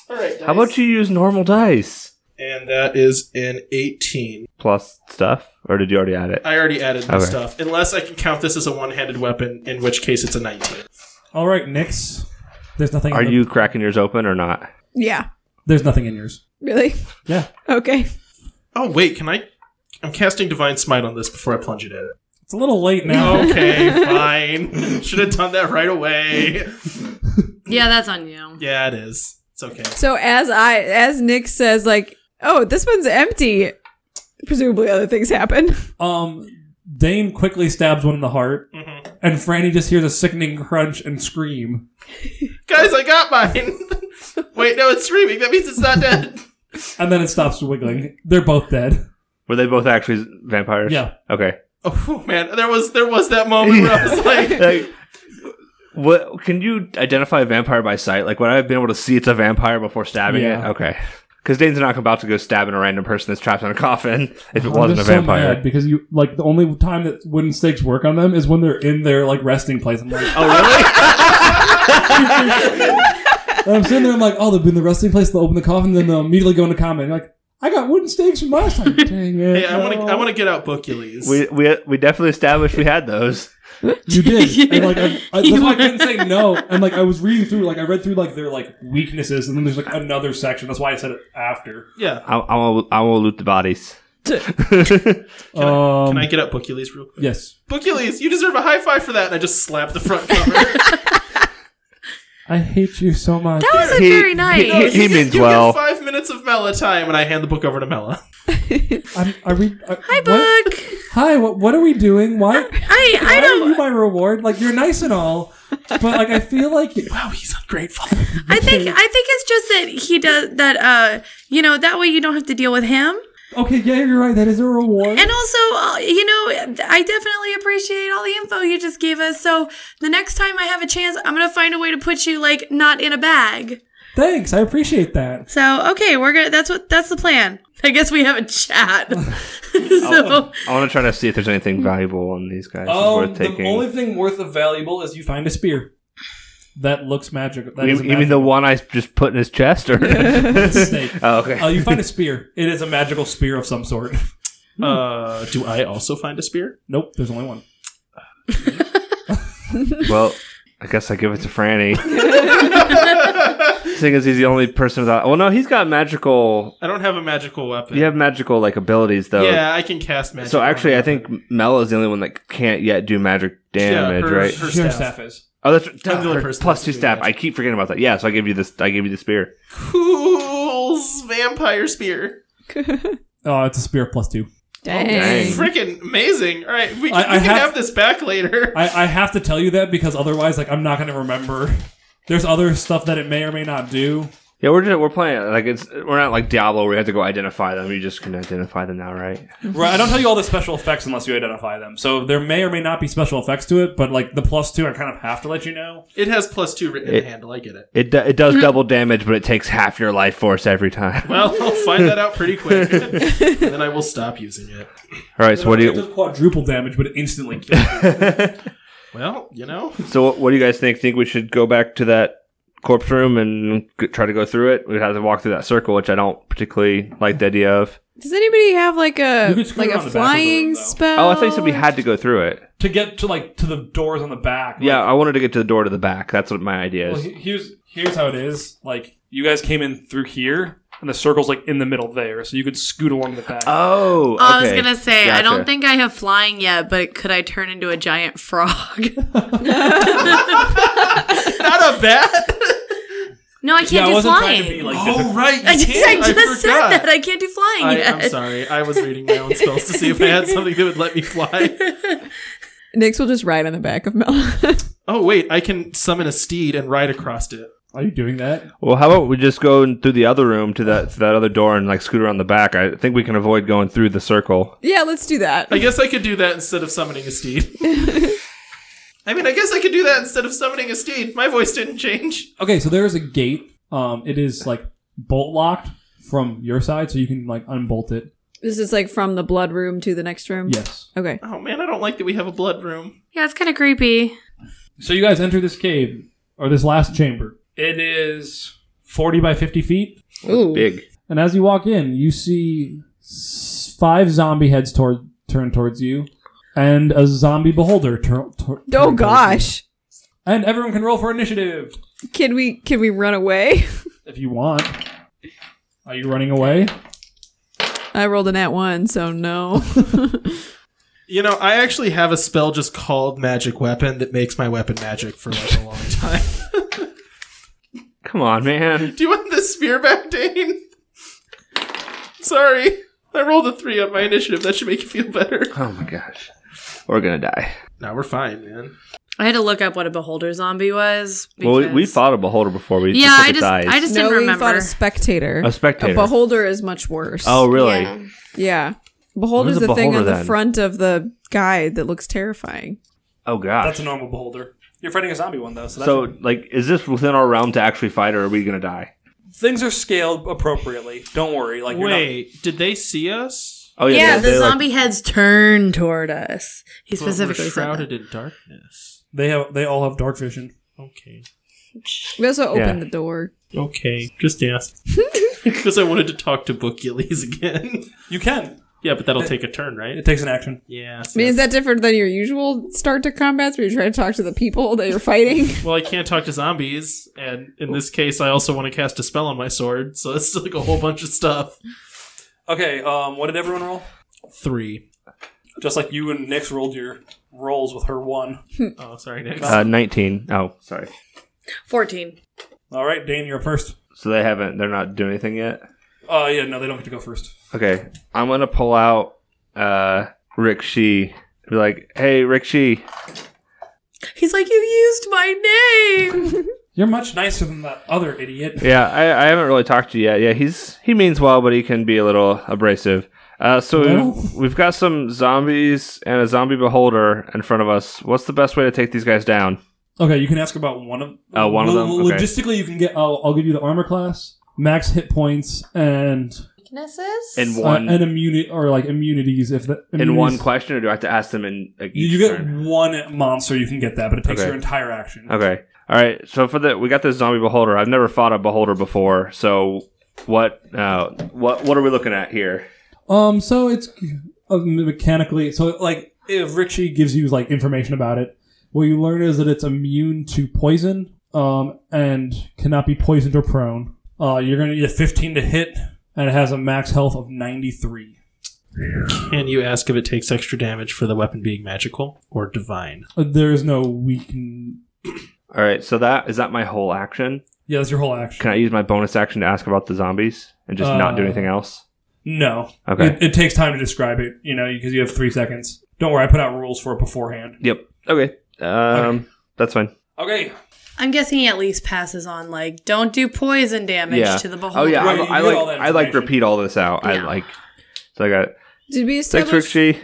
Speaker 3: All right.
Speaker 4: How about you use normal dice?
Speaker 3: And that is an 18.
Speaker 4: Plus stuff? Or did you already add it?
Speaker 3: I already added my
Speaker 4: Okay.
Speaker 3: stuff. Unless I can count this as a one-handed weapon, in which case it's a 19.
Speaker 2: All right, Nix. There's nothing.
Speaker 4: Are
Speaker 2: in the-
Speaker 4: you cracking yours open or not?
Speaker 6: Yeah.
Speaker 2: There's nothing in yours.
Speaker 6: Really?
Speaker 2: Yeah.
Speaker 6: Okay.
Speaker 3: Oh wait, can I? I'm casting Divine Smite on this before I plunge it at it.
Speaker 2: It's a little late now.
Speaker 3: Okay, fine. Should have done that right away.
Speaker 5: yeah, that's on you.
Speaker 3: Yeah, it is. It's okay.
Speaker 6: So as I as Nick says, like, oh, this one's empty. Presumably other things happen.
Speaker 2: Um, Dane quickly stabs one in the heart,
Speaker 3: Mhm.
Speaker 2: and Franny just hears a sickening crunch and scream.
Speaker 3: Guys, I got mine. wait, no, it's screaming. That means it's not dead.
Speaker 2: And then it stops wiggling. They're both dead.
Speaker 4: Were they both actually vampires?
Speaker 2: Yeah.
Speaker 4: Okay.
Speaker 3: Oh man, there was there was that moment where I was like,
Speaker 4: Like, what can you identify a vampire by sight? Like, would I have been able to see it's a vampire before stabbing
Speaker 2: Yeah.
Speaker 4: it? Okay. Because Dane's not about to go stabbing a random person that's trapped in a coffin if it
Speaker 2: I'm
Speaker 4: wasn't a
Speaker 2: just so
Speaker 4: vampire.
Speaker 2: mad because you like the only time that wooden stakes work on them is when they're in their like resting place. I'm like,
Speaker 4: oh, really?
Speaker 2: and I'm sitting there, I'm like, oh, they'll be in the resting place. They'll open the coffin, then they'll immediately go into combat. And you're like, I got wooden stakes from last time. Dang it!
Speaker 3: "Hey, I want to
Speaker 2: no.
Speaker 3: I want to get out Bookules."
Speaker 4: we, we, we definitely established we had those.
Speaker 2: You did. And like, I, I, that's why I couldn't say no. And like, I was reading through, like, I read through like their like weaknesses, and then there's like another section. That's why I said it after.
Speaker 3: yeah.
Speaker 4: I, I, will, I will loot the bodies.
Speaker 2: Can, um,
Speaker 3: Can I get out Bookules real quick?
Speaker 2: Yes,
Speaker 3: Bookules, you deserve a high five for that. And I just slap the front cover.
Speaker 2: I hate you so much.
Speaker 5: That wasn't
Speaker 4: He-
Speaker 5: very
Speaker 4: he-
Speaker 5: nice.
Speaker 4: he- he-
Speaker 3: Oh, you
Speaker 4: means
Speaker 3: get, You
Speaker 4: well.
Speaker 3: get five minutes of Mela time, and I hand the book over to Mela.
Speaker 2: I'm, I read. I,
Speaker 5: Hi,
Speaker 2: what-
Speaker 5: Book.
Speaker 2: Hi. What, what are we doing? Why?
Speaker 5: I I
Speaker 2: Why are you
Speaker 5: don't.
Speaker 2: my reward? Like you're nice and all, but like I feel like
Speaker 3: Wow, he's ungrateful.
Speaker 5: I think I think it's just that he does that. Uh, you know that way you don't have to deal with him.
Speaker 2: okay, yeah, you're right. That is a reward.
Speaker 5: And also, uh, you know, I definitely appreciate all the info you just gave us. So the next time I have a chance, I'm gonna find a way to put you like not in a bag.
Speaker 2: Thanks, I appreciate that.
Speaker 5: So okay, we're gonna. That's what. That's the plan. I guess we have a chat. so
Speaker 4: I want to try to see if there's anything valuable on these guys
Speaker 2: Um,
Speaker 4: that's worth taking.
Speaker 2: thing worth of valuable is you find a spear that looks magical. That
Speaker 4: You-
Speaker 2: is a
Speaker 4: you mean the one I just put in his chest? Or
Speaker 2: snake.
Speaker 4: oh, okay.
Speaker 2: Uh, you find a spear. It is a magical spear of some sort.
Speaker 4: Hmm.
Speaker 3: Uh, do I also find a spear?
Speaker 2: Nope, there's only one.
Speaker 4: Well, I guess I give it to Franny. seeing as he's the only person without. Well, no, he's got magical.
Speaker 3: I don't have a magical weapon.
Speaker 4: You have magical like abilities though.
Speaker 3: yeah, I can cast magic.
Speaker 4: So
Speaker 3: on
Speaker 4: actually, I
Speaker 3: weapon.
Speaker 4: think Mel is the only one that can't yet do magic damage,
Speaker 3: her-
Speaker 4: right?
Speaker 3: her
Speaker 2: Her
Speaker 3: staff.
Speaker 2: staff. is.
Speaker 4: oh, that's right.
Speaker 3: I'm the only
Speaker 4: Her
Speaker 3: person
Speaker 4: plus
Speaker 3: that
Speaker 4: two
Speaker 3: can do
Speaker 4: stab. I
Speaker 3: magic.
Speaker 4: keep forgetting about that. Yeah, so I gave you this. I gave you the spear.
Speaker 3: cool vampire spear.
Speaker 2: Oh, it's a spear plus two.
Speaker 4: Dang.
Speaker 3: Freaking amazing! All right, we,
Speaker 2: I-
Speaker 3: we
Speaker 2: I
Speaker 3: can have,
Speaker 2: have-
Speaker 3: this back later.
Speaker 2: I, I have to tell you that because otherwise, like, I'm not going to remember. There's other stuff that it may or may not do.
Speaker 4: Yeah, we're just we're playing like it's we're not like Diablo where you have to go identify them. You just can identify them now, right?
Speaker 2: Right, I don't tell you all the special effects unless you identify them. So there may or may not be special effects to it, but like the plus two, I kind of have to let you know.
Speaker 3: it has plus two written in
Speaker 4: It-
Speaker 3: the handle. I get it.
Speaker 4: It do, it does double damage, but it takes half your life force every time.
Speaker 3: Well, I'll find that out pretty quick, and then I will stop using it.
Speaker 4: all right, so what do
Speaker 2: It does
Speaker 4: you
Speaker 2: quadruple damage, but it instantly kills.
Speaker 3: Well, you know,
Speaker 4: so what, what do you guys think? Think we should go back to that corpse room and g- try to go through it? We'd have to walk through that circle, which I don't particularly like the idea of.
Speaker 6: Does anybody have like a
Speaker 2: You could screw
Speaker 6: like a
Speaker 2: around the back of the room,
Speaker 6: flying
Speaker 2: though.
Speaker 6: spell?
Speaker 4: Oh, I think somebody had to go through it.
Speaker 2: to get to like to the doors on the back. like,
Speaker 4: Yeah, I wanted to get to the door to the back. That's what my idea
Speaker 2: Well,
Speaker 4: is.
Speaker 2: he- here's here's how it is. Like you guys came in through here, and the circle's like in the middle there, so you could scoot along the back.
Speaker 4: Oh,
Speaker 5: I was
Speaker 4: okay.
Speaker 5: gonna say I don't
Speaker 4: Gotcha.
Speaker 5: think I have flying yet, but could I turn into a giant frog?
Speaker 3: not a bat.
Speaker 5: no, I can't
Speaker 2: yeah, I
Speaker 5: do
Speaker 2: wasn't
Speaker 5: flying.
Speaker 2: trying to be like.
Speaker 3: oh
Speaker 2: difficult.
Speaker 3: right,
Speaker 5: I just, I
Speaker 3: I
Speaker 5: just said
Speaker 3: forgot.
Speaker 5: that I can't do flying
Speaker 3: I,
Speaker 5: yet.
Speaker 3: I'm sorry. I was reading my own spells to see if I had something that would let me fly.
Speaker 6: Nyx will just ride on the back of Mel.
Speaker 3: Oh wait, I can summon a steed and ride across it.
Speaker 2: Are you doing that?
Speaker 4: Well, how about we just go in through the other room to that to that other door and like scoot around the back? I think we can avoid going through the circle.
Speaker 6: yeah, let's do that.
Speaker 3: I guess I could do that instead of summoning a steed. I mean, I guess I could do that instead of summoning a steed. My voice didn't change.
Speaker 2: Okay, so there is a gate. Um, it is like bolt locked from your side, so you can like unbolt it.
Speaker 6: This is like from the blood room to the next room.
Speaker 2: Yes.
Speaker 6: Okay.
Speaker 3: Oh man, I don't like that we have a blood room.
Speaker 5: yeah, it's kind of creepy.
Speaker 2: So you guys enter this cave or this last chamber. It is forty by fifty feet,
Speaker 5: Ooh.
Speaker 4: Big.
Speaker 2: and as you walk in, you see s- five zombie heads toward turn towards you, and a zombie beholder. Tur- tur- turn
Speaker 6: Oh
Speaker 2: towards you.
Speaker 6: gosh.
Speaker 2: And everyone can roll for initiative.
Speaker 6: Can we can we run away?
Speaker 2: If you want. Are you running away?
Speaker 6: I rolled an at one, so no.
Speaker 3: You know, I actually have a spell just called Magic Weapon that makes my weapon magic for like a long time.
Speaker 4: Come on, man.
Speaker 3: do you want this spear back, Dane? Sorry. I rolled a three on my initiative. That should make you feel better.
Speaker 4: Oh my gosh, we're gonna die.
Speaker 3: Now we're fine, man.
Speaker 5: I had to look up what a beholder zombie was.
Speaker 4: Well, we, we
Speaker 5: because-
Speaker 4: fought a beholder before. We
Speaker 5: Yeah,
Speaker 4: just
Speaker 5: I
Speaker 4: looked
Speaker 5: just,
Speaker 4: at the eyes.
Speaker 5: I just
Speaker 6: no,
Speaker 5: didn't
Speaker 6: we
Speaker 5: remember.
Speaker 6: fought a spectator.
Speaker 4: a spectator.
Speaker 6: A beholder is much worse.
Speaker 4: oh really?
Speaker 5: Yeah.
Speaker 6: yeah. Beholder's
Speaker 4: What is a
Speaker 6: the thing
Speaker 4: beholder
Speaker 6: on the
Speaker 4: then?
Speaker 6: front of the guy that looks terrifying.
Speaker 4: Oh god.
Speaker 2: That's a normal beholder. You're fighting a zombie one though, so, that's
Speaker 4: So like, is this within our realm to actually fight, or are we gonna die?
Speaker 2: things are scaled appropriately. Don't worry. Like you're not-
Speaker 3: did they see us?
Speaker 4: Oh
Speaker 5: Yeah, the
Speaker 4: they, like-
Speaker 5: zombie heads turn toward us. He
Speaker 3: But we're
Speaker 5: specifically said that.
Speaker 3: shrouded in darkness.
Speaker 2: they have they all have dark vision.
Speaker 3: Okay.
Speaker 6: We also opened
Speaker 4: Yeah.
Speaker 6: the door.
Speaker 3: Okay, just ask. Because I wanted to talk to Bookules again.
Speaker 2: You can.
Speaker 3: Yeah, but that'll take a turn, right?
Speaker 2: It takes an action.
Speaker 3: Yeah.
Speaker 6: I mean, is that different than your usual start to combats where you try to talk to the people that you're fighting?
Speaker 3: well, I can't talk to zombies, and in this case, I also want to cast a spell on my sword, so that's like a whole bunch of stuff.
Speaker 2: Okay, um what did everyone roll?
Speaker 3: Three.
Speaker 2: Just like you and Nyx rolled your rolls with her one.
Speaker 3: Oh, sorry, next.
Speaker 4: uh, nineteen. Oh, sorry.
Speaker 5: 14.
Speaker 2: Alright, Dane, you're up first.
Speaker 4: So they haven't. They're not doing anything yet.
Speaker 2: Uh yeah, no, they don't get to go first.
Speaker 4: Okay, I'm gonna pull out uh, Rick Shee. Be like, hey, Rick Shee.
Speaker 5: He's like, You used my name.
Speaker 2: You're much nicer than that other idiot.
Speaker 4: Yeah, I, I haven't really talked to you yet. Yeah, he's he means well, but he can be a little abrasive. Uh, so
Speaker 2: Well.
Speaker 4: we've, we've got some zombies and a zombie beholder in front of us. What's the best way to take these guys down?
Speaker 2: Okay, you can ask about one of
Speaker 4: Oh, one of
Speaker 2: Lo-
Speaker 4: them? Okay.
Speaker 2: Logistically, you can get. I'll, I'll give you the armor class, max hit points, and
Speaker 5: Weaknesses?
Speaker 4: In
Speaker 2: uh,
Speaker 4: one
Speaker 2: and immunity or like immunities. If the
Speaker 4: in one
Speaker 2: immunities-
Speaker 4: question, or do I have to ask them in like,
Speaker 2: you, you
Speaker 4: each
Speaker 2: get
Speaker 4: turn?
Speaker 2: one monster, you can get that, but it takes
Speaker 4: Okay.
Speaker 2: your entire action.
Speaker 4: Okay. All right. So for the we got this zombie beholder. I've never fought a beholder before. So what uh, what what are we looking at here?
Speaker 2: Um, so it's uh, mechanically. So like, if Richie gives you like information about it, what you learn is that it's immune to poison, um, and cannot be poisoned or prone. Uh, you're going to need a 15 to hit, and it has a max health of 93.
Speaker 3: Can you ask if it takes extra damage for the weapon being magical or divine?
Speaker 2: Uh, There is no weaken.
Speaker 4: All right, so that is that my whole action.
Speaker 2: Yeah, that's your whole action.
Speaker 4: Can I use my bonus action to ask about the zombies and just not do
Speaker 2: Uh,
Speaker 4: anything else?
Speaker 2: No.
Speaker 4: Okay.
Speaker 2: It, it takes time to describe it, you know, because you have three seconds. Don't worry, I put out rules for it beforehand.
Speaker 4: Yep. Okay. Um, that's fine.
Speaker 2: Okay.
Speaker 5: I'm guessing he at least passes on like don't do poison damage
Speaker 4: Yeah.
Speaker 5: to the beholder.
Speaker 4: Oh yeah,
Speaker 2: Right, you
Speaker 4: I, I
Speaker 2: get all
Speaker 4: like
Speaker 2: that
Speaker 4: I like
Speaker 2: information.
Speaker 4: repeat all this out. I
Speaker 5: Yeah.
Speaker 4: like. So I got
Speaker 6: Did we
Speaker 4: thanks, Rick
Speaker 6: establish?
Speaker 4: G.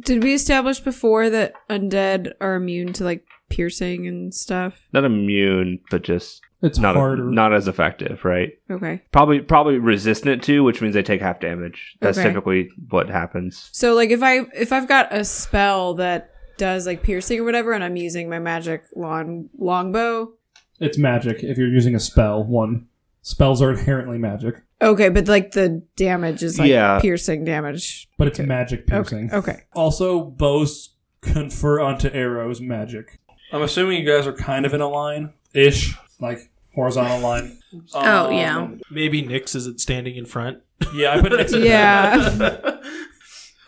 Speaker 6: Did we establish before that undead are immune to like piercing and stuff?
Speaker 4: Not immune, but just
Speaker 2: It's
Speaker 4: not a,
Speaker 2: harder.
Speaker 4: not as effective, right?
Speaker 6: Okay.
Speaker 4: Probably probably resistant to, which means they take half damage. That's
Speaker 6: Okay.
Speaker 4: typically what happens.
Speaker 6: So like if I if I've got a spell that does like piercing or whatever, and I'm using my magic long longbow.
Speaker 2: it's magic if you're using a spell. One. Spells are inherently magic,
Speaker 6: Okay, but like the damage is like
Speaker 4: Yeah.
Speaker 6: piercing damage.
Speaker 2: but it's
Speaker 6: Okay.
Speaker 2: magic piercing.
Speaker 6: Okay. Okay.
Speaker 2: Also, bows confer onto arrows magic. I'm assuming you guys are kind of in a line ish, like horizontal line. Um,
Speaker 5: Oh, yeah.
Speaker 3: Maybe Nyx isn't standing in front.
Speaker 2: Yeah, I put next to
Speaker 6: Yeah.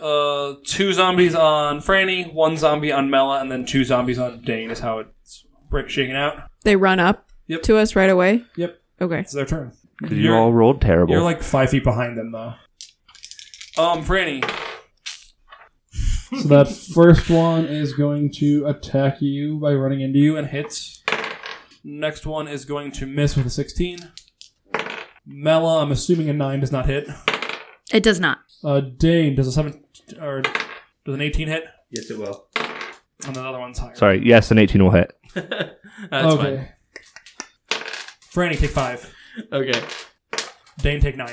Speaker 2: uh, two zombies on Franny, one zombie on Mela, and then two zombies on Dane is how it's break- shaking out.
Speaker 6: They run up
Speaker 2: Yep.
Speaker 6: to us right away.
Speaker 2: Yep,
Speaker 6: Okay.
Speaker 2: it's their turn.
Speaker 4: you all rolled terrible.
Speaker 2: You're like five feet behind them, though. Um, Franny. so that first one is going to attack you by running into you and hits. Next one is going to miss with a 16. Mela, I'm assuming a 9 does not hit.
Speaker 5: It does not.
Speaker 2: Uh, Dane, does a 7 or does an 18 hit?
Speaker 4: yes, it will.
Speaker 2: And the other one's higher.
Speaker 4: Sorry. Yes, an eighteen will hit.
Speaker 3: That's
Speaker 2: okay. Franny, take 5.
Speaker 3: fine. Okay.
Speaker 2: Dane take nine.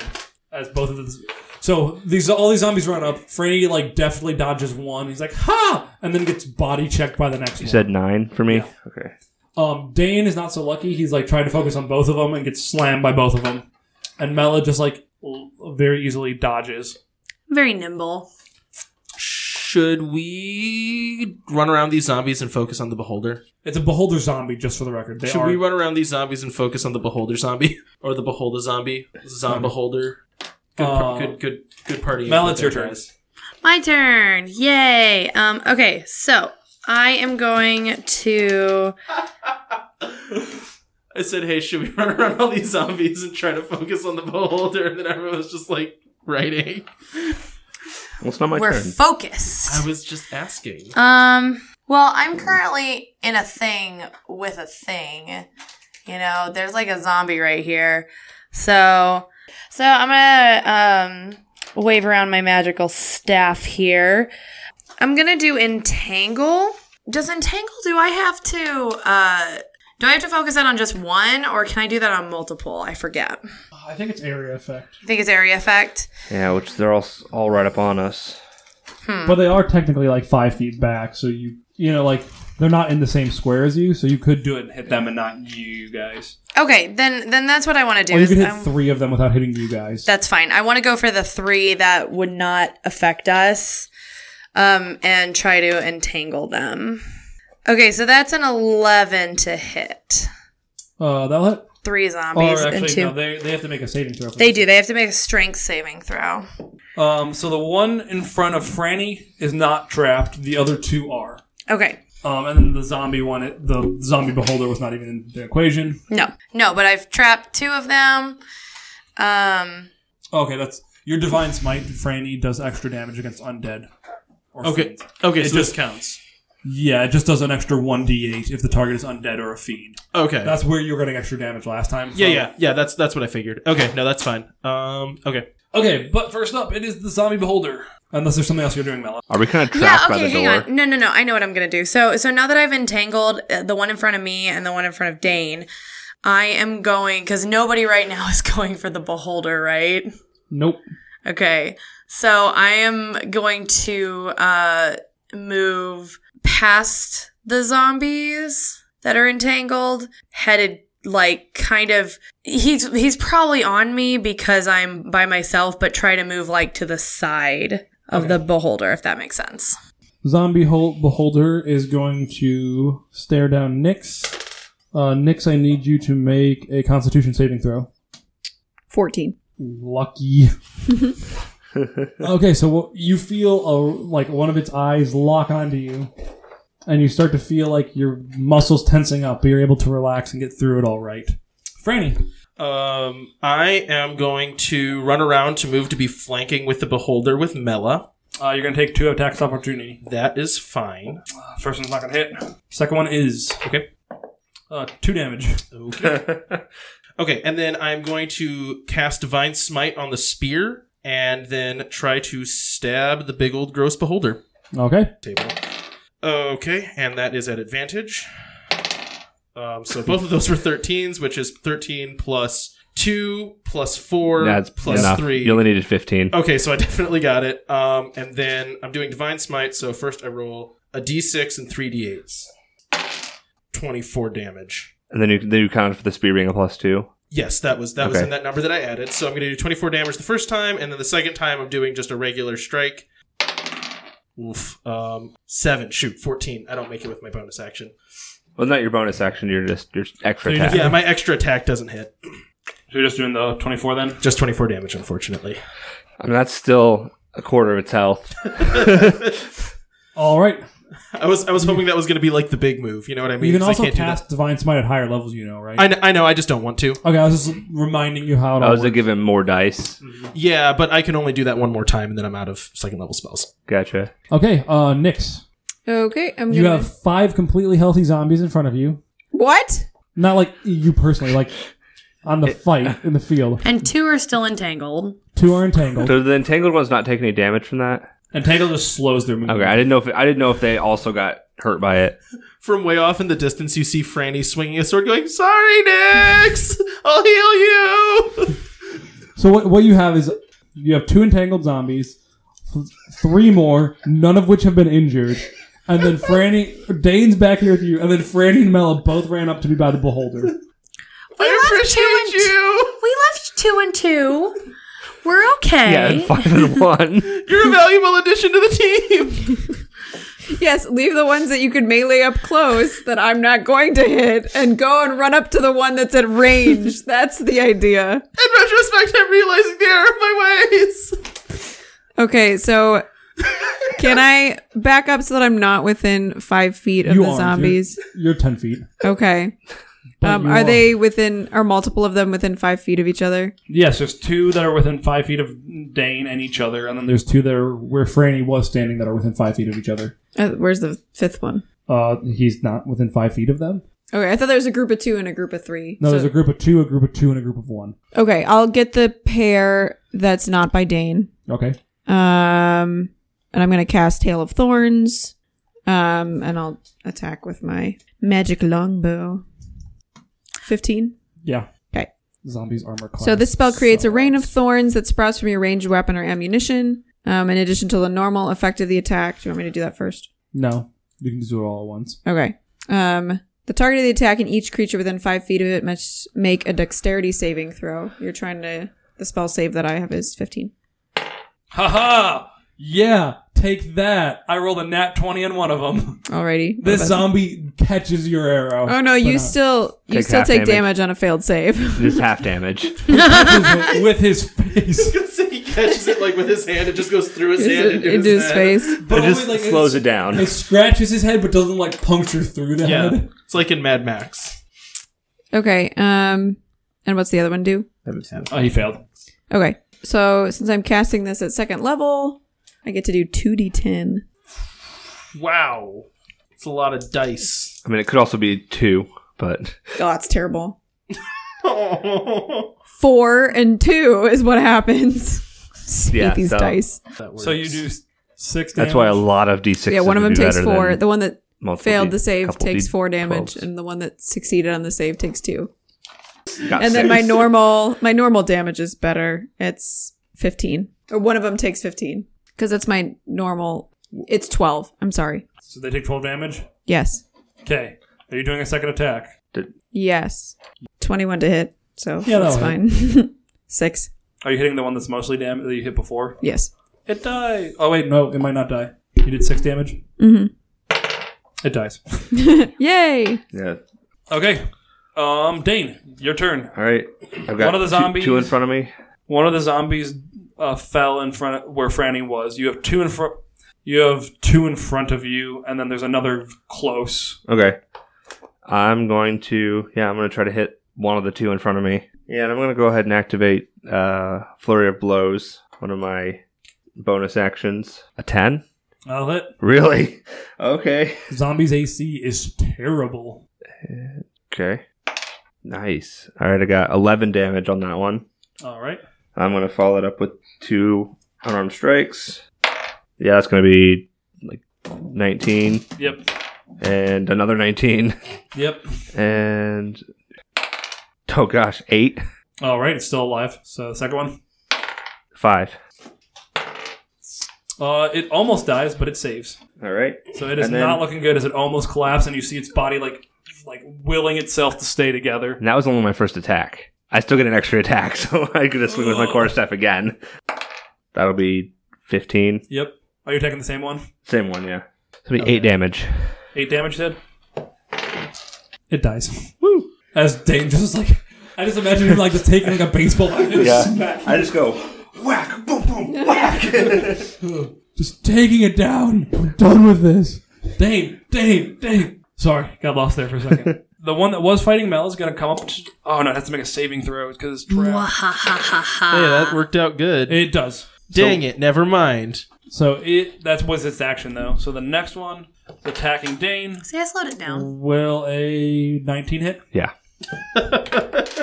Speaker 2: As both of these, so these all these zombies run up. Franny like deftly dodges one. He's like ha, and then gets body checked by the next
Speaker 4: You
Speaker 2: one.
Speaker 4: said nine for me.
Speaker 2: Yeah.
Speaker 4: Okay.
Speaker 2: um, Dane is not so lucky. He's like trying to focus on both of them and gets slammed by both of them. And Mela just like l- very easily dodges.
Speaker 5: Very nimble.
Speaker 3: Should we run around these zombies and focus on the beholder?
Speaker 2: It's a beholder zombie, just for the record. They
Speaker 3: Should
Speaker 2: are
Speaker 3: we run around these zombies and focus on the beholder zombie or the beholder zombie? Zom beholder. Good, par-
Speaker 2: Uh,
Speaker 3: good, good, good party.
Speaker 2: Mel,
Speaker 3: input
Speaker 2: it's your
Speaker 3: there,
Speaker 2: turn.
Speaker 3: guys.
Speaker 5: My turn. Yay. Um okay, so I am going to
Speaker 3: I said, "Hey, should we run around all these zombies and try to focus on the beholder?" And then everyone was just like, "Writing."
Speaker 4: Well, it's not my
Speaker 5: we're
Speaker 4: turn.
Speaker 5: focused.
Speaker 3: I was just asking.
Speaker 5: Um, well, I'm currently in a thing with a thing. You know, there's like a zombie right here. So, so I'm gonna um wave around my magical staff here. I'm gonna do entangle. Does entangle? Do I have to? uh Do I have to focus that on just one, or can I do that on multiple? I forget.
Speaker 2: I think it's area effect,
Speaker 5: I think it's area effect.
Speaker 4: Yeah, which they're all s- all right up on us.
Speaker 2: but they are technically like five feet back. So you you know like they're not in the same square as you, so you could do it and hit them and not you guys.
Speaker 5: Okay, then then that's what I want to do.
Speaker 2: Or you
Speaker 5: is
Speaker 2: could hit
Speaker 5: I'm-
Speaker 2: three of them without hitting you guys.
Speaker 5: That's fine. I want to go for the three that would not affect us um, and try to entangle them. Okay, so that's an 11 to hit.
Speaker 2: uh, that'll hit.
Speaker 5: Three zombies
Speaker 2: or
Speaker 5: and
Speaker 2: actually,
Speaker 5: two.
Speaker 2: no, they, they have to make a saving throw. for
Speaker 5: they
Speaker 2: this.
Speaker 5: do. They have to make a strength saving throw.
Speaker 2: Um, so the one in front of Franny is not trapped. The other two are.
Speaker 5: Okay.
Speaker 2: Um, and then the zombie one, it- the zombie beholder was not even in the equation.
Speaker 5: No. No, but I've trapped two of them. Um,
Speaker 2: Okay, that's your divine smite. Franny does extra damage against undead. Or
Speaker 3: Okay,
Speaker 2: fiend.
Speaker 3: okay,
Speaker 2: It
Speaker 3: so
Speaker 2: just
Speaker 3: just
Speaker 2: counts. Yeah, it just does an extra one d8 if the target is undead or a fiend.
Speaker 3: okay.
Speaker 2: That's where you were getting extra damage last time.
Speaker 3: yeah,
Speaker 2: from.
Speaker 3: yeah, yeah. That's that's what I figured. Okay, no, that's fine. Um, okay.
Speaker 2: Okay, but first up, it is the zombie beholder. Unless there's something else you're doing, Mela.
Speaker 4: Are we kind of
Speaker 5: yeah,
Speaker 4: trapped by
Speaker 5: okay,
Speaker 4: the
Speaker 5: hang
Speaker 4: door?
Speaker 5: on. No, no, no. I know what I'm going to do. So, so now that I've entangled uh, the one in front of me and the one in front of Dane, I am going cuz nobody right now is going for the beholder, right?
Speaker 2: Nope.
Speaker 5: Okay. So I am going to uh move past the zombies that are entangled, headed like kind of he's he's probably on me because I'm by myself, but try to move like to the side of the beholder, if that makes sense.
Speaker 2: Zombie hol- Beholder is going to stare down Nyx. Uh, Nix, I need you to make a Constitution saving throw.
Speaker 6: 14.
Speaker 2: Lucky. okay, so what- you feel a, like one of its eyes lock onto you, and you start to feel like your muscles tensing up, but you're able to relax and get through it all right. Franny,
Speaker 3: Um, I am going to run around to move to be flanking with the beholder with Mela.
Speaker 2: uh, you're going to take two attacks of opportunity. Uh,
Speaker 3: That is fine.
Speaker 2: First one's not going to hit. Second one is
Speaker 3: Okay.
Speaker 2: uh, two damage.
Speaker 3: Okay. okay, and then I'm going to cast Divine Smite on the spear and then try to stab the big old gross beholder
Speaker 2: Okay.
Speaker 3: table. Okay, and that is at advantage. Um, so both of those were 13s, which is 13 plus 2 plus 4
Speaker 4: That's
Speaker 3: plus
Speaker 4: enough.
Speaker 3: 3.
Speaker 4: You only needed 15.
Speaker 3: Okay, so I definitely got it. Um, and then I'm doing Divine Smite, so first I roll a d6 and three d8s. 24 damage.
Speaker 4: And then you, then you counted for the spear being a plus two.
Speaker 3: Yes, that was that was
Speaker 4: Okay.
Speaker 3: in that number that I added. So I'm going to do 24 damage the first time, and then the second time I'm doing just a regular strike. Oof. Um, seven. Shoot, 14. I don't make it with my bonus action.
Speaker 4: Well, not your bonus action. You're just your
Speaker 2: So
Speaker 4: extra
Speaker 2: you
Speaker 4: attack.
Speaker 2: just-
Speaker 3: Yeah, my extra attack doesn't hit.
Speaker 2: So you're just doing the 24 then?
Speaker 3: Just 24 damage, unfortunately.
Speaker 4: I mean, that's still a quarter of its health.
Speaker 2: Oh, All right.
Speaker 3: I was I was hoping that was going to be like the big move. You know what I mean?
Speaker 2: you can
Speaker 3: 'Cause I
Speaker 2: also
Speaker 3: can't do
Speaker 2: cast Divine Smite at higher levels, you know, right?
Speaker 3: that. I know, I know. I just don't want to.
Speaker 2: okay, I was just reminding you how it
Speaker 4: I
Speaker 2: all
Speaker 4: was
Speaker 2: works.
Speaker 4: like, give him more dice.
Speaker 3: Yeah, but I can only do that one more time, and then I'm out of second level spells.
Speaker 4: Gotcha.
Speaker 2: Okay, uh, Nyx,
Speaker 6: Okay, I'm
Speaker 2: you
Speaker 6: gonna.
Speaker 2: have five completely healthy zombies in front of you.
Speaker 6: what?
Speaker 2: Not like you personally, like on the fight in the field.
Speaker 7: And two are still entangled.
Speaker 2: Two are entangled.
Speaker 4: So the entangled ones not take any damage from that.
Speaker 2: Entangled just slows their movement.
Speaker 4: Okay, I didn't know if I didn't know if they also got hurt by it.
Speaker 3: From way off in the distance, you see Franny swinging a sword, going, "Sorry, Nix, I'll heal you."
Speaker 2: So what, what you have is you have two entangled zombies, th- three more, none of which have been injured, and then Franny Dane's back here with you, and then Franny and Mela both ran up to be by the beholder.
Speaker 3: I
Speaker 7: left
Speaker 3: appreciate you.
Speaker 7: We left two and two. We're okay.
Speaker 4: Yeah, and five and one.
Speaker 3: You're a valuable addition to the team.
Speaker 6: Yes, leave the ones that you could melee up close that I'm not going to hit and go and run up to the one that's at range. that's the idea.
Speaker 3: In retrospect, I'm realizing the error of my ways.
Speaker 6: Okay, so can I back up so that I'm not within five feet of
Speaker 2: you
Speaker 6: the
Speaker 2: aren't.
Speaker 6: zombies?
Speaker 2: You're, you're ten feet.
Speaker 6: Okay.
Speaker 2: But
Speaker 6: Um,
Speaker 2: you
Speaker 6: are they within, are multiple of them within five feet of each other?
Speaker 2: Yes, there's two that are within five feet of Dane and each other, and then there's two that are where Franny was standing that are within five feet of each other.
Speaker 6: Uh, where's the fifth one?
Speaker 2: Uh, he's not within five feet of them.
Speaker 6: Okay, I thought there was a group of two and a group of three.
Speaker 2: No,
Speaker 6: So-
Speaker 2: there's a group of two, a group of two, and a group of one.
Speaker 6: okay, I'll get the pair that's not by Dane.
Speaker 2: Okay.
Speaker 6: Um, and I'm gonna cast Tail of Thorns. Um, and I'll attack with my magic longbow. Fifteen.
Speaker 2: Yeah.
Speaker 6: Okay.
Speaker 2: Zombies armor class.
Speaker 6: So this spell creates a rain of thorns that sprouts from your ranged weapon or ammunition. Um, in addition to the normal effect of the attack. Do you want me to do that first?
Speaker 2: No, you can just do it all at once.
Speaker 6: Okay. Um, the target of the attack and each creature within five feet of it must make a dexterity saving throw. You're trying to. The spell save that I have is 15.
Speaker 2: Haha! Yeah, take that. I rolled a nat 20 on one of them.
Speaker 6: Alrighty.
Speaker 2: This zombie catches your arrow.
Speaker 6: Oh no, you
Speaker 2: But, uh,
Speaker 6: still you
Speaker 4: Take
Speaker 6: still
Speaker 4: half
Speaker 6: take damage.
Speaker 4: damage.
Speaker 6: on a failed save.
Speaker 4: Just half damage.
Speaker 2: catches it with his face.
Speaker 3: he catches it like with his hand. It just goes through his hand
Speaker 6: into, into his face.
Speaker 4: it just
Speaker 2: only, like, it's-
Speaker 4: slows it down.
Speaker 2: It scratches his head but doesn't like puncture through the
Speaker 3: Yeah,
Speaker 2: head.
Speaker 3: it's like in Mad Max.
Speaker 6: Okay. Um and what's the other one do?
Speaker 2: Oh, he failed.
Speaker 6: Okay. So since I'm casting this at second level, I get to do 2d10.
Speaker 3: Wow, it's a lot of dice.
Speaker 4: I mean, it could also be two, but
Speaker 6: Oh, that's terrible.
Speaker 3: Oh,
Speaker 6: Ah. 4 and 2 is what happens.
Speaker 4: Yeah,
Speaker 6: Hate these
Speaker 4: so-
Speaker 6: dice.
Speaker 2: So you do s- six damage.
Speaker 4: that's why a lot of d6.
Speaker 6: Yeah, one of them takes 4. The one that
Speaker 4: one
Speaker 6: failed the save takes 4 damage and the one that succeeded on the save takes 2.
Speaker 4: Ah,
Speaker 6: And then my normal my normal damage is better. It's 15. Or one of them takes 15 cuz that's my normal it's 12. I'm sorry.
Speaker 2: So they take 12 damage?
Speaker 6: Yes.
Speaker 2: Okay. Are you doing a second attack?
Speaker 6: Yes. 21 to hit. So
Speaker 2: Yeah,
Speaker 6: that's
Speaker 2: that'll
Speaker 6: fine. 6.
Speaker 2: Are you hitting the one that's mostly damage that you hit before?
Speaker 6: Yes.
Speaker 2: It dies. Oh, wait, no, it might not die. You did six damage?
Speaker 6: Mhm.
Speaker 2: It dies.
Speaker 6: Mm-hmm. Yay.
Speaker 4: Yeah.
Speaker 2: Okay. Um, Dane, your turn.
Speaker 4: All right, I've got
Speaker 2: One of the
Speaker 4: two-
Speaker 2: zombies-
Speaker 4: two in front of me.
Speaker 2: One of the zombies uh, fell in front of where Franny was. You have two in front. You have two in front of you, and then there's another close.
Speaker 4: Okay. I'm going to yeah, I'm going to try to hit one of the two in front of me. Yeah, and I'm going to go ahead and activate uh flurry of blows, one of my bonus actions. A 10?
Speaker 2: I'll hit.
Speaker 4: Really? Okay.
Speaker 2: Zombies AC is terrible.
Speaker 4: Okay. Nice. All right, I got 11 damage on that one.
Speaker 2: All right.
Speaker 4: I'm going to follow it up with two unarmed strikes. Yeah, that's going to be like 19
Speaker 2: Yep.
Speaker 4: and another 19
Speaker 2: Yep.
Speaker 4: and oh gosh, 8
Speaker 2: All right. It's still alive. So second one.
Speaker 4: 5.
Speaker 2: Uh, it almost dies, but it saves.
Speaker 4: All right.
Speaker 2: So it is
Speaker 4: And then-
Speaker 2: not looking good as it almost collapses, and you see its body like like willing itself to stay together.
Speaker 4: And that was only my first attack. I still get an extra attack, so I could just swing with my
Speaker 2: Ugh.
Speaker 4: quarterstaff again. That'll be 15.
Speaker 2: Yep. Are you taking the same one?
Speaker 4: Same one, yeah. That'll be
Speaker 2: Okay.
Speaker 4: 8 damage.
Speaker 2: Eight damage, you said? It dies. Woo! As Dane just is like, I just imagine him like just taking like a baseball bat and
Speaker 4: Yeah.
Speaker 2: smack-
Speaker 4: I just go whack, boom, boom, whack.
Speaker 2: just taking it down. I'm done with this. Dane, Dane, Dane. Sorry, got lost there for a second. the one that was fighting Mel is gonna come up. To, oh no, it has to make a saving throw because it's trapped.
Speaker 3: Hey, that worked out good.
Speaker 2: It does.
Speaker 3: Dang it, never mind.
Speaker 2: So it that was its action though. So the next one, attacking Dane,
Speaker 7: See, I slowed it down.
Speaker 2: will a 19 hit.
Speaker 4: yeah.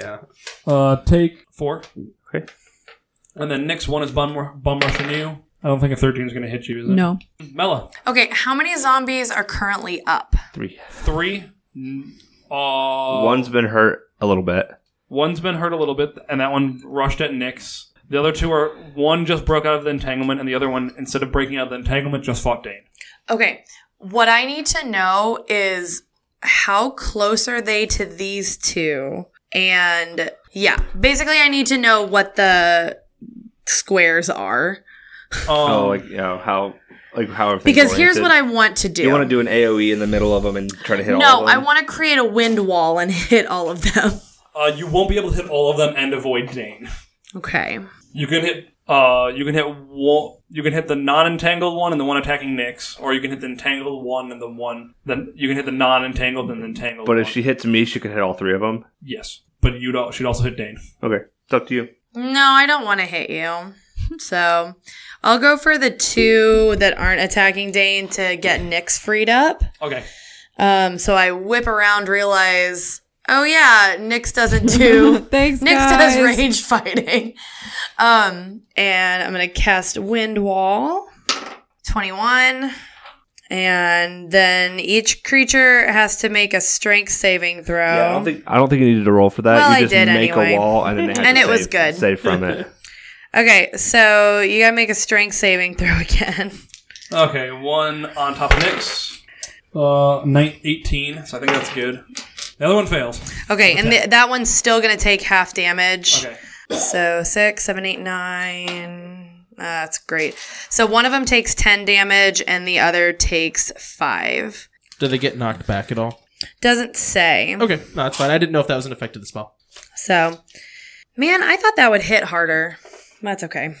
Speaker 3: Yeah.
Speaker 2: Uh, take four.
Speaker 4: Okay.
Speaker 2: And then next one is bum, bum rushing you. I don't think a 13 is going to hit you, is it?
Speaker 6: No.
Speaker 2: Mela,
Speaker 5: Okay, how many zombies are currently up?
Speaker 4: 3.
Speaker 2: three. N- Uh,
Speaker 4: One's been hurt a little bit.
Speaker 2: one's been hurt a little bit, and that one rushed at Nyx. The other two are one just broke out of the entanglement, and the other one, instead of breaking out of the entanglement, just fought Dane.
Speaker 5: Okay, what I need to know is how close are they to these two? And yeah, basically, I need to know what the squares are
Speaker 2: Um,
Speaker 4: oh, like, you know, how, like, how are things
Speaker 5: because here's
Speaker 4: oriented?
Speaker 5: what I want to do.
Speaker 4: You want to do an AoE in the middle of them and try to hit all
Speaker 5: no,
Speaker 4: of them?
Speaker 5: I want to create a wind wall and hit all of them.
Speaker 2: uh, you won't be able to hit all of them and avoid Dane.
Speaker 5: Okay.
Speaker 2: You can hit. Uh, you can hit one, you can hit the non-entangled one and the one attacking Nyx, or you can hit the entangled one and the one. Then you can hit the non-entangled and the entangled.
Speaker 4: But if
Speaker 2: one.
Speaker 4: she hits me, she could hit all three of them.
Speaker 2: Yes, but you'd al- should also hit Dane.
Speaker 4: Okay. It's up to you.
Speaker 5: No, I don't want to hit you. So I'll go for the two that aren't attacking Dane to get Nyx freed up.
Speaker 2: Okay.
Speaker 5: Um, so I whip around, realize, oh yeah, Nyx doesn't do.
Speaker 6: Thanks,
Speaker 5: Nyx
Speaker 6: guys.
Speaker 5: does range fighting. Um, and I'm going to cast Wind Wall 21. And then each creature has to make a strength saving throw.
Speaker 4: Yeah, I don't think I don't think you needed to roll for that.
Speaker 5: Well, I
Speaker 4: you just
Speaker 5: did
Speaker 4: make
Speaker 5: anyway.
Speaker 4: a wall and then they had
Speaker 5: And
Speaker 4: to
Speaker 5: it was
Speaker 4: save-
Speaker 5: good.
Speaker 4: Save from it.
Speaker 5: Okay, so you gotta make a strength saving throw again.
Speaker 2: Okay, one on top of Nyx. Uh, nine, 18, so I think that's good. The other one fails.
Speaker 5: Okay, and th- that one's still gonna take half damage.
Speaker 2: Okay.
Speaker 5: So six, seven, eight, nine. Uh, that's great. So one of them takes 10 damage and the other takes five.
Speaker 3: Do they get knocked back at all?
Speaker 5: Doesn't say.
Speaker 3: Okay, no, that's fine. I didn't know if that was an effect of the spell.
Speaker 5: So, man, I thought that would hit harder. That's okay.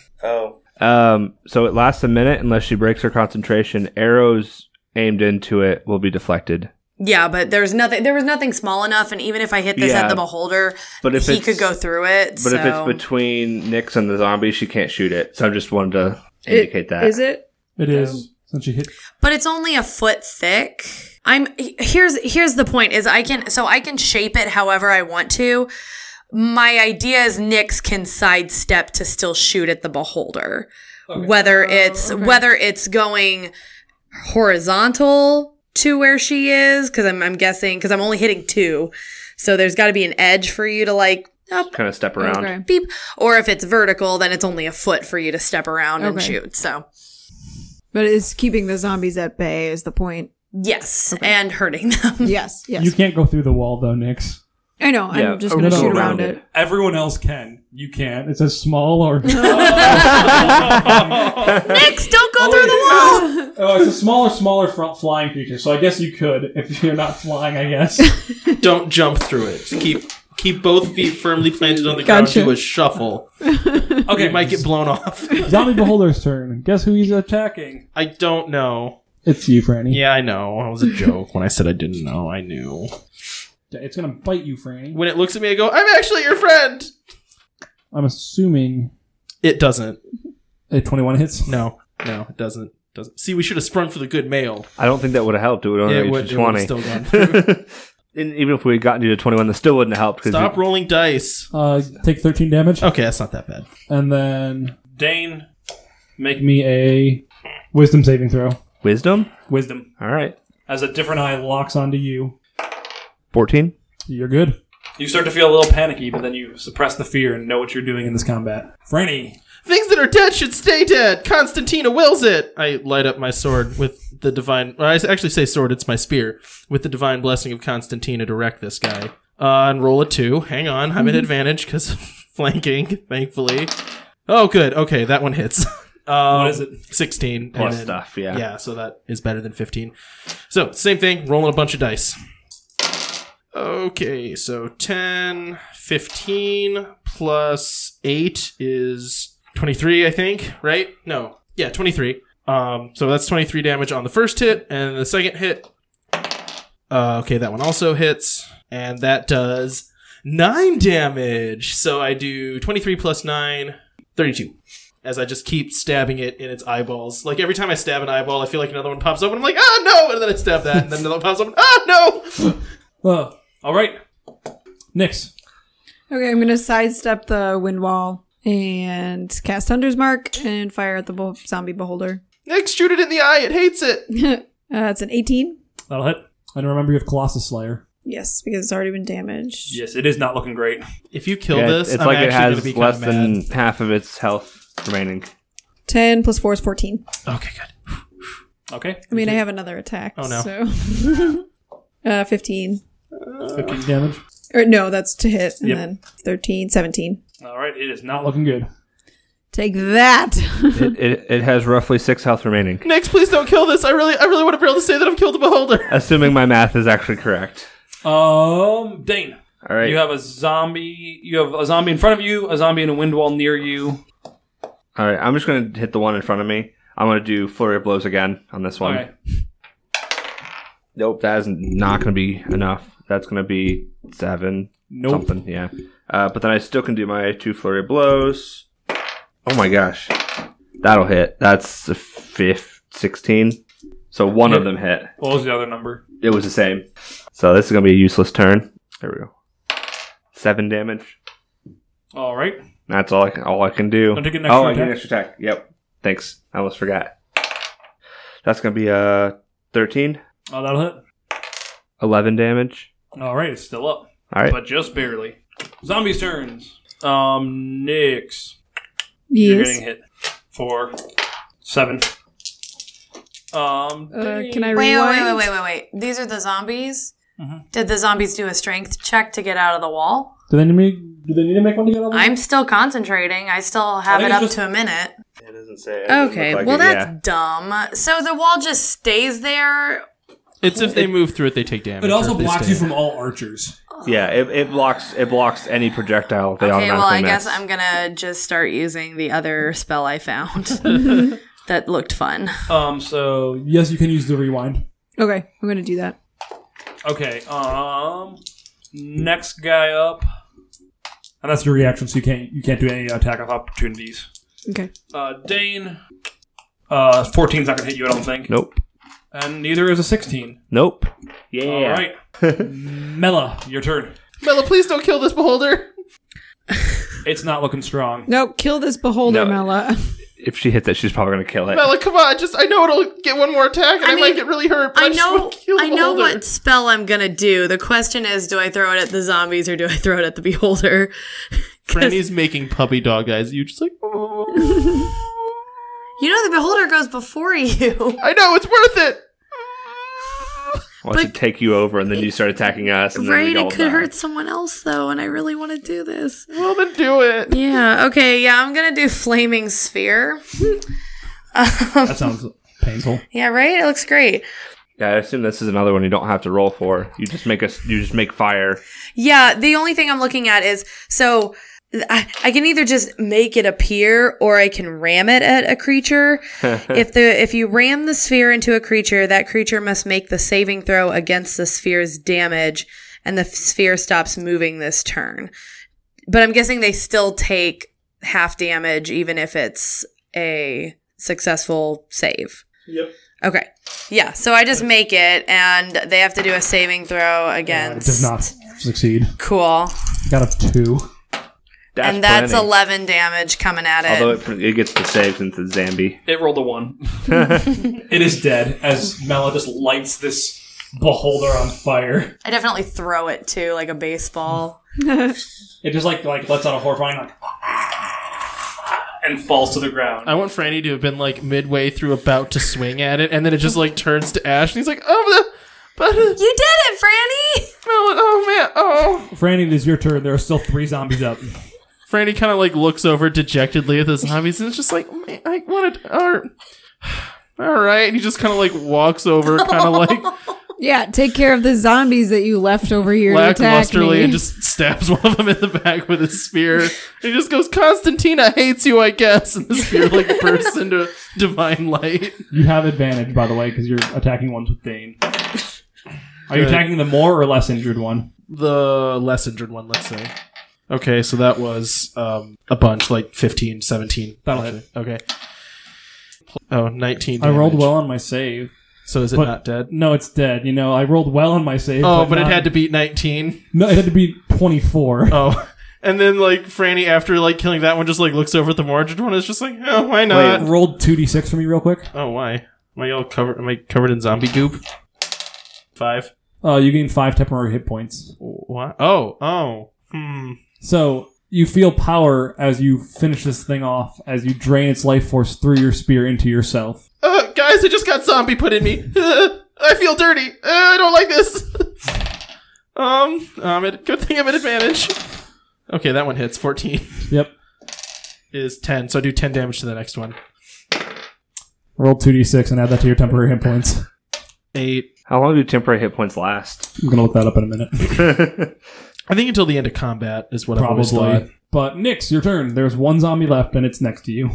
Speaker 4: Um, so it lasts a minute unless she breaks her concentration. Arrows aimed into it will be deflected.
Speaker 5: Yeah, but there's nothing. There was nothing small enough, and even if I hit this
Speaker 4: Yeah.
Speaker 5: at the beholder,
Speaker 4: But if
Speaker 5: he
Speaker 4: it's-
Speaker 5: could go through it.
Speaker 4: But if
Speaker 5: so-
Speaker 4: it's between Nyx and the zombie, she can't shoot it. So I just wanted to indicate that.
Speaker 6: Is it?
Speaker 2: It is. Since you hit.
Speaker 5: but it's only a foot thick i'm he- here's here's the point is i can so i can shape it however i want to my idea is nyx can sidestep to still shoot at the beholder whether it's whether it's going horizontal to where she is because I'm, I'm guessing because i'm only hitting two so there's got to be an edge for you to like up
Speaker 4: Kind of step around.
Speaker 6: Okay.
Speaker 5: beep or if it's vertical then it's only a foot for you to step around and
Speaker 6: Okay.
Speaker 5: shoot so
Speaker 6: But it's keeping the zombies at bay is the point.
Speaker 5: yes and hurting them
Speaker 6: Yes. Yes.
Speaker 2: Hmm. Um,
Speaker 8: You can't go through the wall though, Nix.
Speaker 6: I know.
Speaker 4: Yeah,
Speaker 6: I'm just going to
Speaker 4: original
Speaker 6: shoot around
Speaker 4: rounded.
Speaker 6: it.
Speaker 2: Everyone else can. You can. It says small or. Oh,
Speaker 5: Next, don't go through the wall.
Speaker 2: Oh, it's a smaller, smaller front flying creature. So I guess you could if you're not flying. I guess.
Speaker 3: Don't jump through it. Just keep keep both feet firmly planted on the ground.
Speaker 6: Gotcha.
Speaker 3: Do a shuffle.
Speaker 2: okay,
Speaker 3: You might get blown off.
Speaker 2: zombie beholder's turn. Guess who he's attacking?
Speaker 3: I don't know.
Speaker 2: It's you, Franny.
Speaker 3: Yeah, I know. It was a joke when I said I didn't know. I knew.
Speaker 2: It's gonna bite you, Franny.
Speaker 3: When it looks at me, I go, "I'm actually your friend."
Speaker 2: I'm assuming
Speaker 3: It doesn't.
Speaker 2: a 21 hits.
Speaker 3: No, no, it doesn't. Doesn't. See, we should have sprung for the good mail.
Speaker 4: I don't think that would have helped. It would only
Speaker 3: it
Speaker 4: reached
Speaker 3: would-
Speaker 4: to
Speaker 3: it would
Speaker 4: 20.
Speaker 3: have still gone.
Speaker 4: and even if we had gotten you to 21, that still wouldn't have helped. 'cause
Speaker 3: Stop
Speaker 4: you-
Speaker 3: rolling dice.
Speaker 2: Uh, take 13 damage,
Speaker 3: Okay, that's not that bad.
Speaker 2: and then Dane, make me a wisdom saving throw.
Speaker 4: Wisdom?
Speaker 2: Wisdom,
Speaker 4: All right.
Speaker 2: as a different eye locks onto you.
Speaker 4: 14?
Speaker 2: You're good. You start to feel a little panicky, but then you suppress the fear and know what you're doing in this combat. Franny,
Speaker 3: Things that are dead should stay dead. Constantina wills it. I light up my sword with the divine. Well, I actually say sword. It's my spear with the divine blessing of Constantina to wreck this guy. Uh, and roll a two. Hang on, I'm at advantage because flanking. Thankfully. Oh, good. Okay, that one hits. Um,
Speaker 2: What is it?
Speaker 3: Sixteen and
Speaker 4: Uh, Plus
Speaker 3: then-
Speaker 4: stuff, yeah.
Speaker 3: Yeah, so that is better than 15. So, same thing, rolling a bunch of dice. Okay, so 10, 15 plus 8 is 23, I think, right? No. Yeah, 23. Um, so that's 23 damage on the first hit, and the second hit. Uh, okay, that one also hits, and that does 9 damage. So I do 23 plus 9, 32 as I just keep stabbing it in its eyeballs. Like every time I stab an eyeball, I feel like another one pops open. I'm like, ah no, and then I stab that, and then another one pops open. Ah no.
Speaker 2: Uh, all right. Nyx.
Speaker 6: Okay, I'm going to sidestep the wind wall and cast Hunter's Mark and fire at the bo- zombie beholder.
Speaker 3: Next, shoot it in the eye. It hates it.
Speaker 6: uh, it's an 18.
Speaker 2: That'll hit. And remember, you have Colossus Slayer.
Speaker 6: Yes, because it's already been damaged.
Speaker 2: Yes, it is not looking great.
Speaker 3: If you kill
Speaker 4: Yeah,
Speaker 3: this,
Speaker 4: it's
Speaker 3: I'm
Speaker 4: like it
Speaker 3: actually
Speaker 4: has
Speaker 3: gonna be
Speaker 4: less
Speaker 3: less mad.
Speaker 4: than half of its health remaining.
Speaker 6: 10 plus 4 is 14.
Speaker 3: Okay, good.
Speaker 2: Okay.
Speaker 6: I mean, I have another attack.
Speaker 3: Oh, no.
Speaker 6: So. uh, 15.
Speaker 2: 15 damage.
Speaker 6: Or no, that's to hit. And
Speaker 2: Yep.
Speaker 6: then 13, 17.
Speaker 2: All right, it is not looking good.
Speaker 6: Take that.
Speaker 4: it, it, it has roughly six health remaining,
Speaker 3: Next, please don't kill this. I really, I really want to be able to say that I've killed a beholder.
Speaker 4: assuming my math is actually correct.
Speaker 2: Um, Dane,
Speaker 4: All right.
Speaker 2: you have a zombie. You have a zombie in front of you, a zombie in a wind wall near you.
Speaker 4: All right. I'm just going to hit the one in front of me. I'm going to do flurry of blows again on this one.
Speaker 2: All right,
Speaker 4: Nope, that is not going to be enough. That's going to be seven
Speaker 2: nope.
Speaker 4: something. Yeah. Uh, but then I still can do my two flurry of blows. Oh my gosh, that'll hit. That's a fifth, sixteen. So one of them hit.
Speaker 2: What was the other number?
Speaker 4: It was the same. So this is going to be a useless turn. There we go. Seven damage.
Speaker 2: All right,
Speaker 4: That's all I can, all I can do.
Speaker 2: Don't take an extra
Speaker 4: oh, I get an
Speaker 2: attack?
Speaker 4: extra attack. Yep. Thanks. I almost forgot. That's going to be uh, a 13,
Speaker 2: oh, that'll hit.
Speaker 4: 11 damage.
Speaker 2: All right, it's still up,
Speaker 4: All right.
Speaker 2: but just barely. Zombies turns. Um, Nyx, you're
Speaker 6: yes.
Speaker 2: getting hit for seven. Um,
Speaker 6: Uh,
Speaker 2: Dane.
Speaker 6: can I
Speaker 5: Wait,
Speaker 6: rewind?
Speaker 5: wait, wait, wait, wait, wait. These are the zombies.
Speaker 4: Mm-hmm.
Speaker 2: Mhm.
Speaker 5: Did the zombies do a strength check to get out of the wall?
Speaker 2: Do they need me? Do they need to make one to get out?
Speaker 5: I'm still concentrating. I still have
Speaker 2: I
Speaker 5: it
Speaker 2: think
Speaker 5: up
Speaker 2: it's just-
Speaker 5: to a minute.
Speaker 4: It doesn't say.
Speaker 7: Okay,
Speaker 5: Well, that's dumb. So the wall just stays there.
Speaker 3: It's if they move through it, they take damage.
Speaker 2: It
Speaker 3: or
Speaker 2: also
Speaker 3: if they
Speaker 2: blocks
Speaker 3: stay.
Speaker 2: you from all archers.
Speaker 4: Yeah, it, it blocks it blocks any projectile they
Speaker 5: okay,
Speaker 4: automatically
Speaker 5: well, I
Speaker 4: miss.
Speaker 5: guess I'm gonna just start using the other spell I found that looked fun.
Speaker 2: Um, so yes, you can use the rewind.
Speaker 6: Okay, I'm going to do that.
Speaker 2: Okay. Um, next guy up, and that's your reaction, so you can't you can't do any attack of opportunities.
Speaker 6: Okay.
Speaker 2: Uh, Dane, uh, 14's not gonna hit you, I don't think,
Speaker 4: Nope.
Speaker 2: and neither is a sixteen.
Speaker 4: Nope. Yeah.
Speaker 2: All right, Mela, your turn.
Speaker 3: Mella, please don't kill this beholder.
Speaker 2: It's not looking strong.
Speaker 6: Nope, kill this beholder,
Speaker 4: No.
Speaker 6: Mela.
Speaker 4: If she hits it, she's probably gonna kill it.
Speaker 3: Mella, come on. Just, I know it'll get one more attack, and I,
Speaker 5: I mean,
Speaker 3: might get really hurt. But I,
Speaker 5: I
Speaker 3: just
Speaker 5: know,
Speaker 3: wanna kill the
Speaker 5: I know
Speaker 3: beholder.
Speaker 5: what spell I'm gonna do. The question is, do I throw it at the zombies or do I throw it at the beholder?
Speaker 3: Franny's making puppy dog eyes. You just like. "Oh."
Speaker 5: You know, the beholder goes before you.
Speaker 3: I know it's worth it.
Speaker 4: wants
Speaker 7: But-
Speaker 4: to take you over, and then you start attacking us. And then
Speaker 7: Right,
Speaker 4: we all
Speaker 7: it could
Speaker 4: die.
Speaker 7: hurt someone else though, and I really want to do this.
Speaker 3: Well, then do it.
Speaker 5: Yeah, okay, yeah, I'm gonna do Flaming Sphere. um,
Speaker 2: That sounds painful.
Speaker 5: yeah, right? It looks great.
Speaker 4: Yeah, I assume this is another one you don't have to roll for. You just make us. You just make fire.
Speaker 5: Yeah, the only thing I'm looking at is so I, I can either just make it appear or I can ram it at a creature. if the if you ram the sphere into a creature, that creature must make the saving throw against the sphere's damage, and the sphere stops moving this turn. But I'm guessing they still take half damage even if it's a successful save.
Speaker 3: Yep.
Speaker 5: Okay. Yeah, so I just make it and they have to do a saving throw
Speaker 2: Uh, it
Speaker 5: against
Speaker 2: does not succeed.
Speaker 5: Cool.
Speaker 2: Got a two.
Speaker 5: and that's
Speaker 4: plenty.
Speaker 5: 11 damage coming at it.
Speaker 4: Although it, it gets the save since it's Zambi.
Speaker 8: It rolled a one.
Speaker 2: It is dead as Mela just lights this beholder on fire.
Speaker 5: I definitely throw it too, like a baseball.
Speaker 2: It just like like lets out a horrifying like and falls to the ground.
Speaker 3: I want Franny to have been like midway through about to swing at it, and then it just like turns to ash, and he's like, "Oh, the, but uh,
Speaker 5: You did it, Franny!
Speaker 3: oh, oh man, oh."
Speaker 2: Franny, it is your turn. There are still three zombies up.
Speaker 3: Franny kind of like looks over dejectedly at the zombies, and it's just like, man, I wanted our. All right, and he just kind of like walks over, kind of like
Speaker 9: Yeah, take care of the zombies that you left over here to attack
Speaker 3: lacklusterly,
Speaker 9: me.
Speaker 3: and just stabs one of them in the back with his spear. And he just goes, "Constantina hates you, I guess." And the spear like bursts into divine light.
Speaker 2: You have advantage, by the way, because you're attacking ones with Dane. Are you
Speaker 3: Good.
Speaker 2: attacking the more or less injured one?
Speaker 3: The less injured one, let's say. Okay, so that was um, a bunch, like 15, 17.
Speaker 2: That'll hit.
Speaker 3: Okay. Oh, 19
Speaker 2: I rolled
Speaker 3: damage.
Speaker 2: well on my save.
Speaker 3: So is it
Speaker 2: but-
Speaker 3: not dead?
Speaker 2: No, it's dead. You know, I rolled well on my save.
Speaker 3: Oh, but it
Speaker 2: not-
Speaker 3: had to beat 19.
Speaker 2: No, it had to be twenty-four.
Speaker 3: Oh. And then like Franny after like killing that one just like looks over at the mortgage one and is just like, oh, why not?
Speaker 2: rolled two d six for me, real quick.
Speaker 3: Oh why? Am I all covered am I covered in zombie goop? Five.
Speaker 2: Uh, you gain five temporary hit points.
Speaker 3: What? Oh, oh. Hmm.
Speaker 2: So you feel power as you finish this thing off, as you drain its life force through your spear into yourself.
Speaker 3: Uh, guys, I just got zombie put in me. Uh, I feel dirty. Uh, I don't like this. um, um it, good thing I'm at advantage. Okay, that one hits. Fourteen
Speaker 2: Yep.
Speaker 3: is ten, so I do ten damage to the next one.
Speaker 2: Roll two d six and add that to your temporary hit points.
Speaker 3: Eight.
Speaker 4: How long do temporary hit points last?
Speaker 2: I'm gonna look that up in a minute.
Speaker 3: I think until the end of combat is what I've always thought.
Speaker 2: Probably. But Nix, your turn. There's one zombie left, and it's next to you.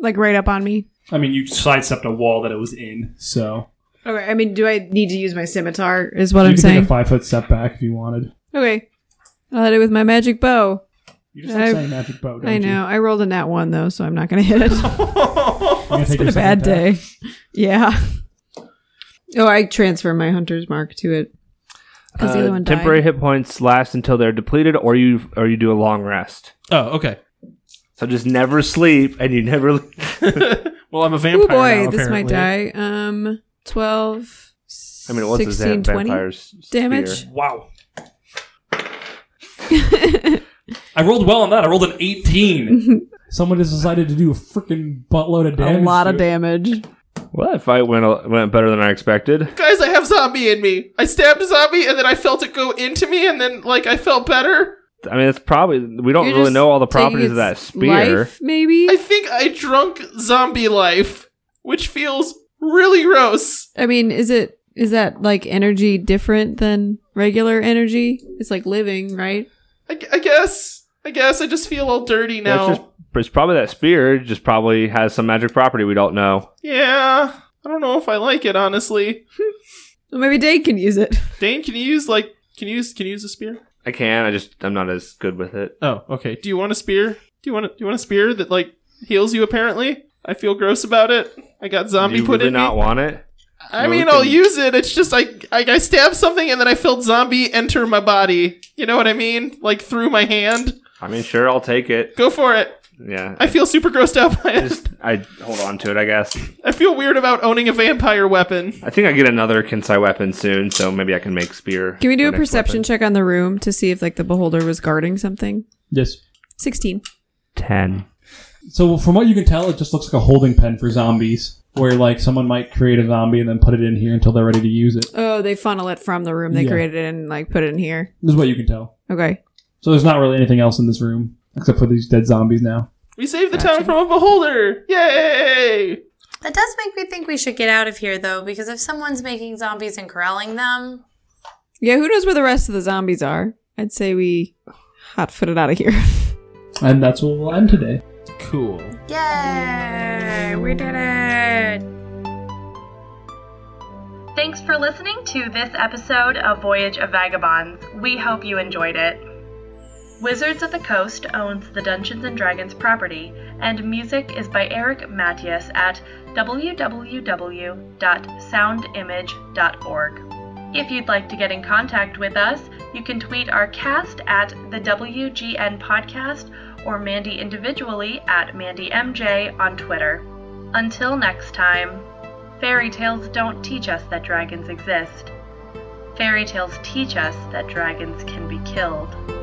Speaker 9: like right up on me.
Speaker 2: I mean, you sidestepped a wall that it was in, so
Speaker 9: Okay, I mean, do I need to use my scimitar? Is what
Speaker 2: you
Speaker 9: I'm
Speaker 2: could take a
Speaker 9: saying.
Speaker 2: five foot step back if you wanted.
Speaker 9: Okay, I'll hit it with my magic bow.
Speaker 2: You just like
Speaker 9: I-
Speaker 2: saying magic bow. Don't
Speaker 9: I
Speaker 2: You?
Speaker 9: know. I rolled a nat one though, so I'm not gonna hit it.
Speaker 2: You're gonna
Speaker 9: it's
Speaker 2: take
Speaker 9: been
Speaker 2: your
Speaker 9: a bad
Speaker 2: second attack.
Speaker 9: day. Yeah. Oh, I transfer my hunter's mark to it because the
Speaker 4: Uh,
Speaker 9: other one died.
Speaker 4: temporary hit points last until they're depleted, or you or you do a long rest.
Speaker 3: Oh, okay.
Speaker 4: So just never sleep, and you never.
Speaker 3: well, I'm a vampire.
Speaker 9: Oh boy,
Speaker 3: now,
Speaker 9: this might
Speaker 3: apparently.
Speaker 9: die. Um, 12,
Speaker 4: I mean, it was
Speaker 9: 16,
Speaker 4: a zam-
Speaker 9: 20
Speaker 4: vampire's
Speaker 9: damage.
Speaker 4: spear.
Speaker 2: Wow. I rolled well on that. I rolled an 18. Someone has decided to do a freaking buttload of
Speaker 9: A
Speaker 2: damage.
Speaker 9: lot
Speaker 2: to
Speaker 9: of
Speaker 2: it.
Speaker 9: damage.
Speaker 4: Well, that fight went a- went better than I expected.
Speaker 3: Guys, I have zombie in me. I stabbed a zombie and then I felt it go into me and then like I felt better.
Speaker 4: I mean, it's probably we don't
Speaker 9: You're
Speaker 4: really
Speaker 9: just
Speaker 4: know all the
Speaker 9: taking
Speaker 4: properties of
Speaker 9: its
Speaker 4: that spear.
Speaker 9: life, maybe.
Speaker 3: I think I drunk zombie life, which feels really gross.
Speaker 9: I mean, is it is that like energy different than regular energy? It's like living, right?
Speaker 3: I, I guess. I guess I just feel all dirty
Speaker 4: That's
Speaker 3: now.
Speaker 4: just, it's probably that spear just probably has some magic property we don't know.
Speaker 3: Yeah. I don't know if I like it honestly.
Speaker 9: Well, maybe Dave can use it.
Speaker 3: Dane, can you use like can you use can you use a spear?
Speaker 4: I can. I just I'm not as good with it.
Speaker 3: Oh, okay. Do you want a spear? Do you want a, do you want a spear that like heals you apparently? I feel gross about it. I got zombie
Speaker 4: Do you
Speaker 3: put
Speaker 4: really
Speaker 3: in me.
Speaker 4: not want it?
Speaker 3: I
Speaker 4: No,
Speaker 3: mean,
Speaker 4: we
Speaker 3: I'll
Speaker 4: can-
Speaker 3: use it. It's just I, I I stab something and then I felt zombie enter my body. You know what I mean? Like through my hand.
Speaker 4: I mean, sure, I'll take it.
Speaker 3: Go for it.
Speaker 4: Yeah,
Speaker 3: I feel super grossed out by
Speaker 4: I
Speaker 3: it.
Speaker 4: just I hold on to it. I guess.
Speaker 3: I feel weird about owning a vampire weapon.
Speaker 4: I think I get another Kensai weapon soon, so maybe I can make spear.
Speaker 9: Can we do
Speaker 4: my
Speaker 9: a
Speaker 4: next
Speaker 9: perception
Speaker 4: weapon.
Speaker 9: check on the room to see if like the beholder was guarding something?
Speaker 2: Yes.
Speaker 9: Sixteen.
Speaker 4: Ten.
Speaker 2: So, from what you can tell, it just looks like a holding pen for zombies. where like someone might create a zombie and then put it in here until they're ready to use it.
Speaker 9: Oh, they funnel it from the room they
Speaker 2: Yeah.
Speaker 9: created and like put it in here.
Speaker 2: This is what you can tell.
Speaker 9: Okay.
Speaker 2: So there's not really anything else in this room except for these dead zombies now.
Speaker 3: We saved the town from a beholder! Yay!
Speaker 5: That does make me think we should get out of here, though, because if someone's making zombies and corralling them,
Speaker 9: Yeah, who knows where the rest of the zombies are? I'd say we hot foot it out of here.
Speaker 2: And that's what we'll end today.
Speaker 3: Cool.
Speaker 5: yay, we did it.
Speaker 1: Thanks for listening to this episode of Voyage of Vagabonds. We hope you enjoyed it. Wizards of the Coast owns the Dungeons and Dragons property, and music is by Eric Matias at www.soundimage.org. If you'd like to get in contact with us, you can tweet our cast at the WGN Podcast or Mandy individually at MandyMJ on Twitter. Until next time. Fairy tales don't teach us that dragons exist. Fairy tales teach us that dragons can be killed.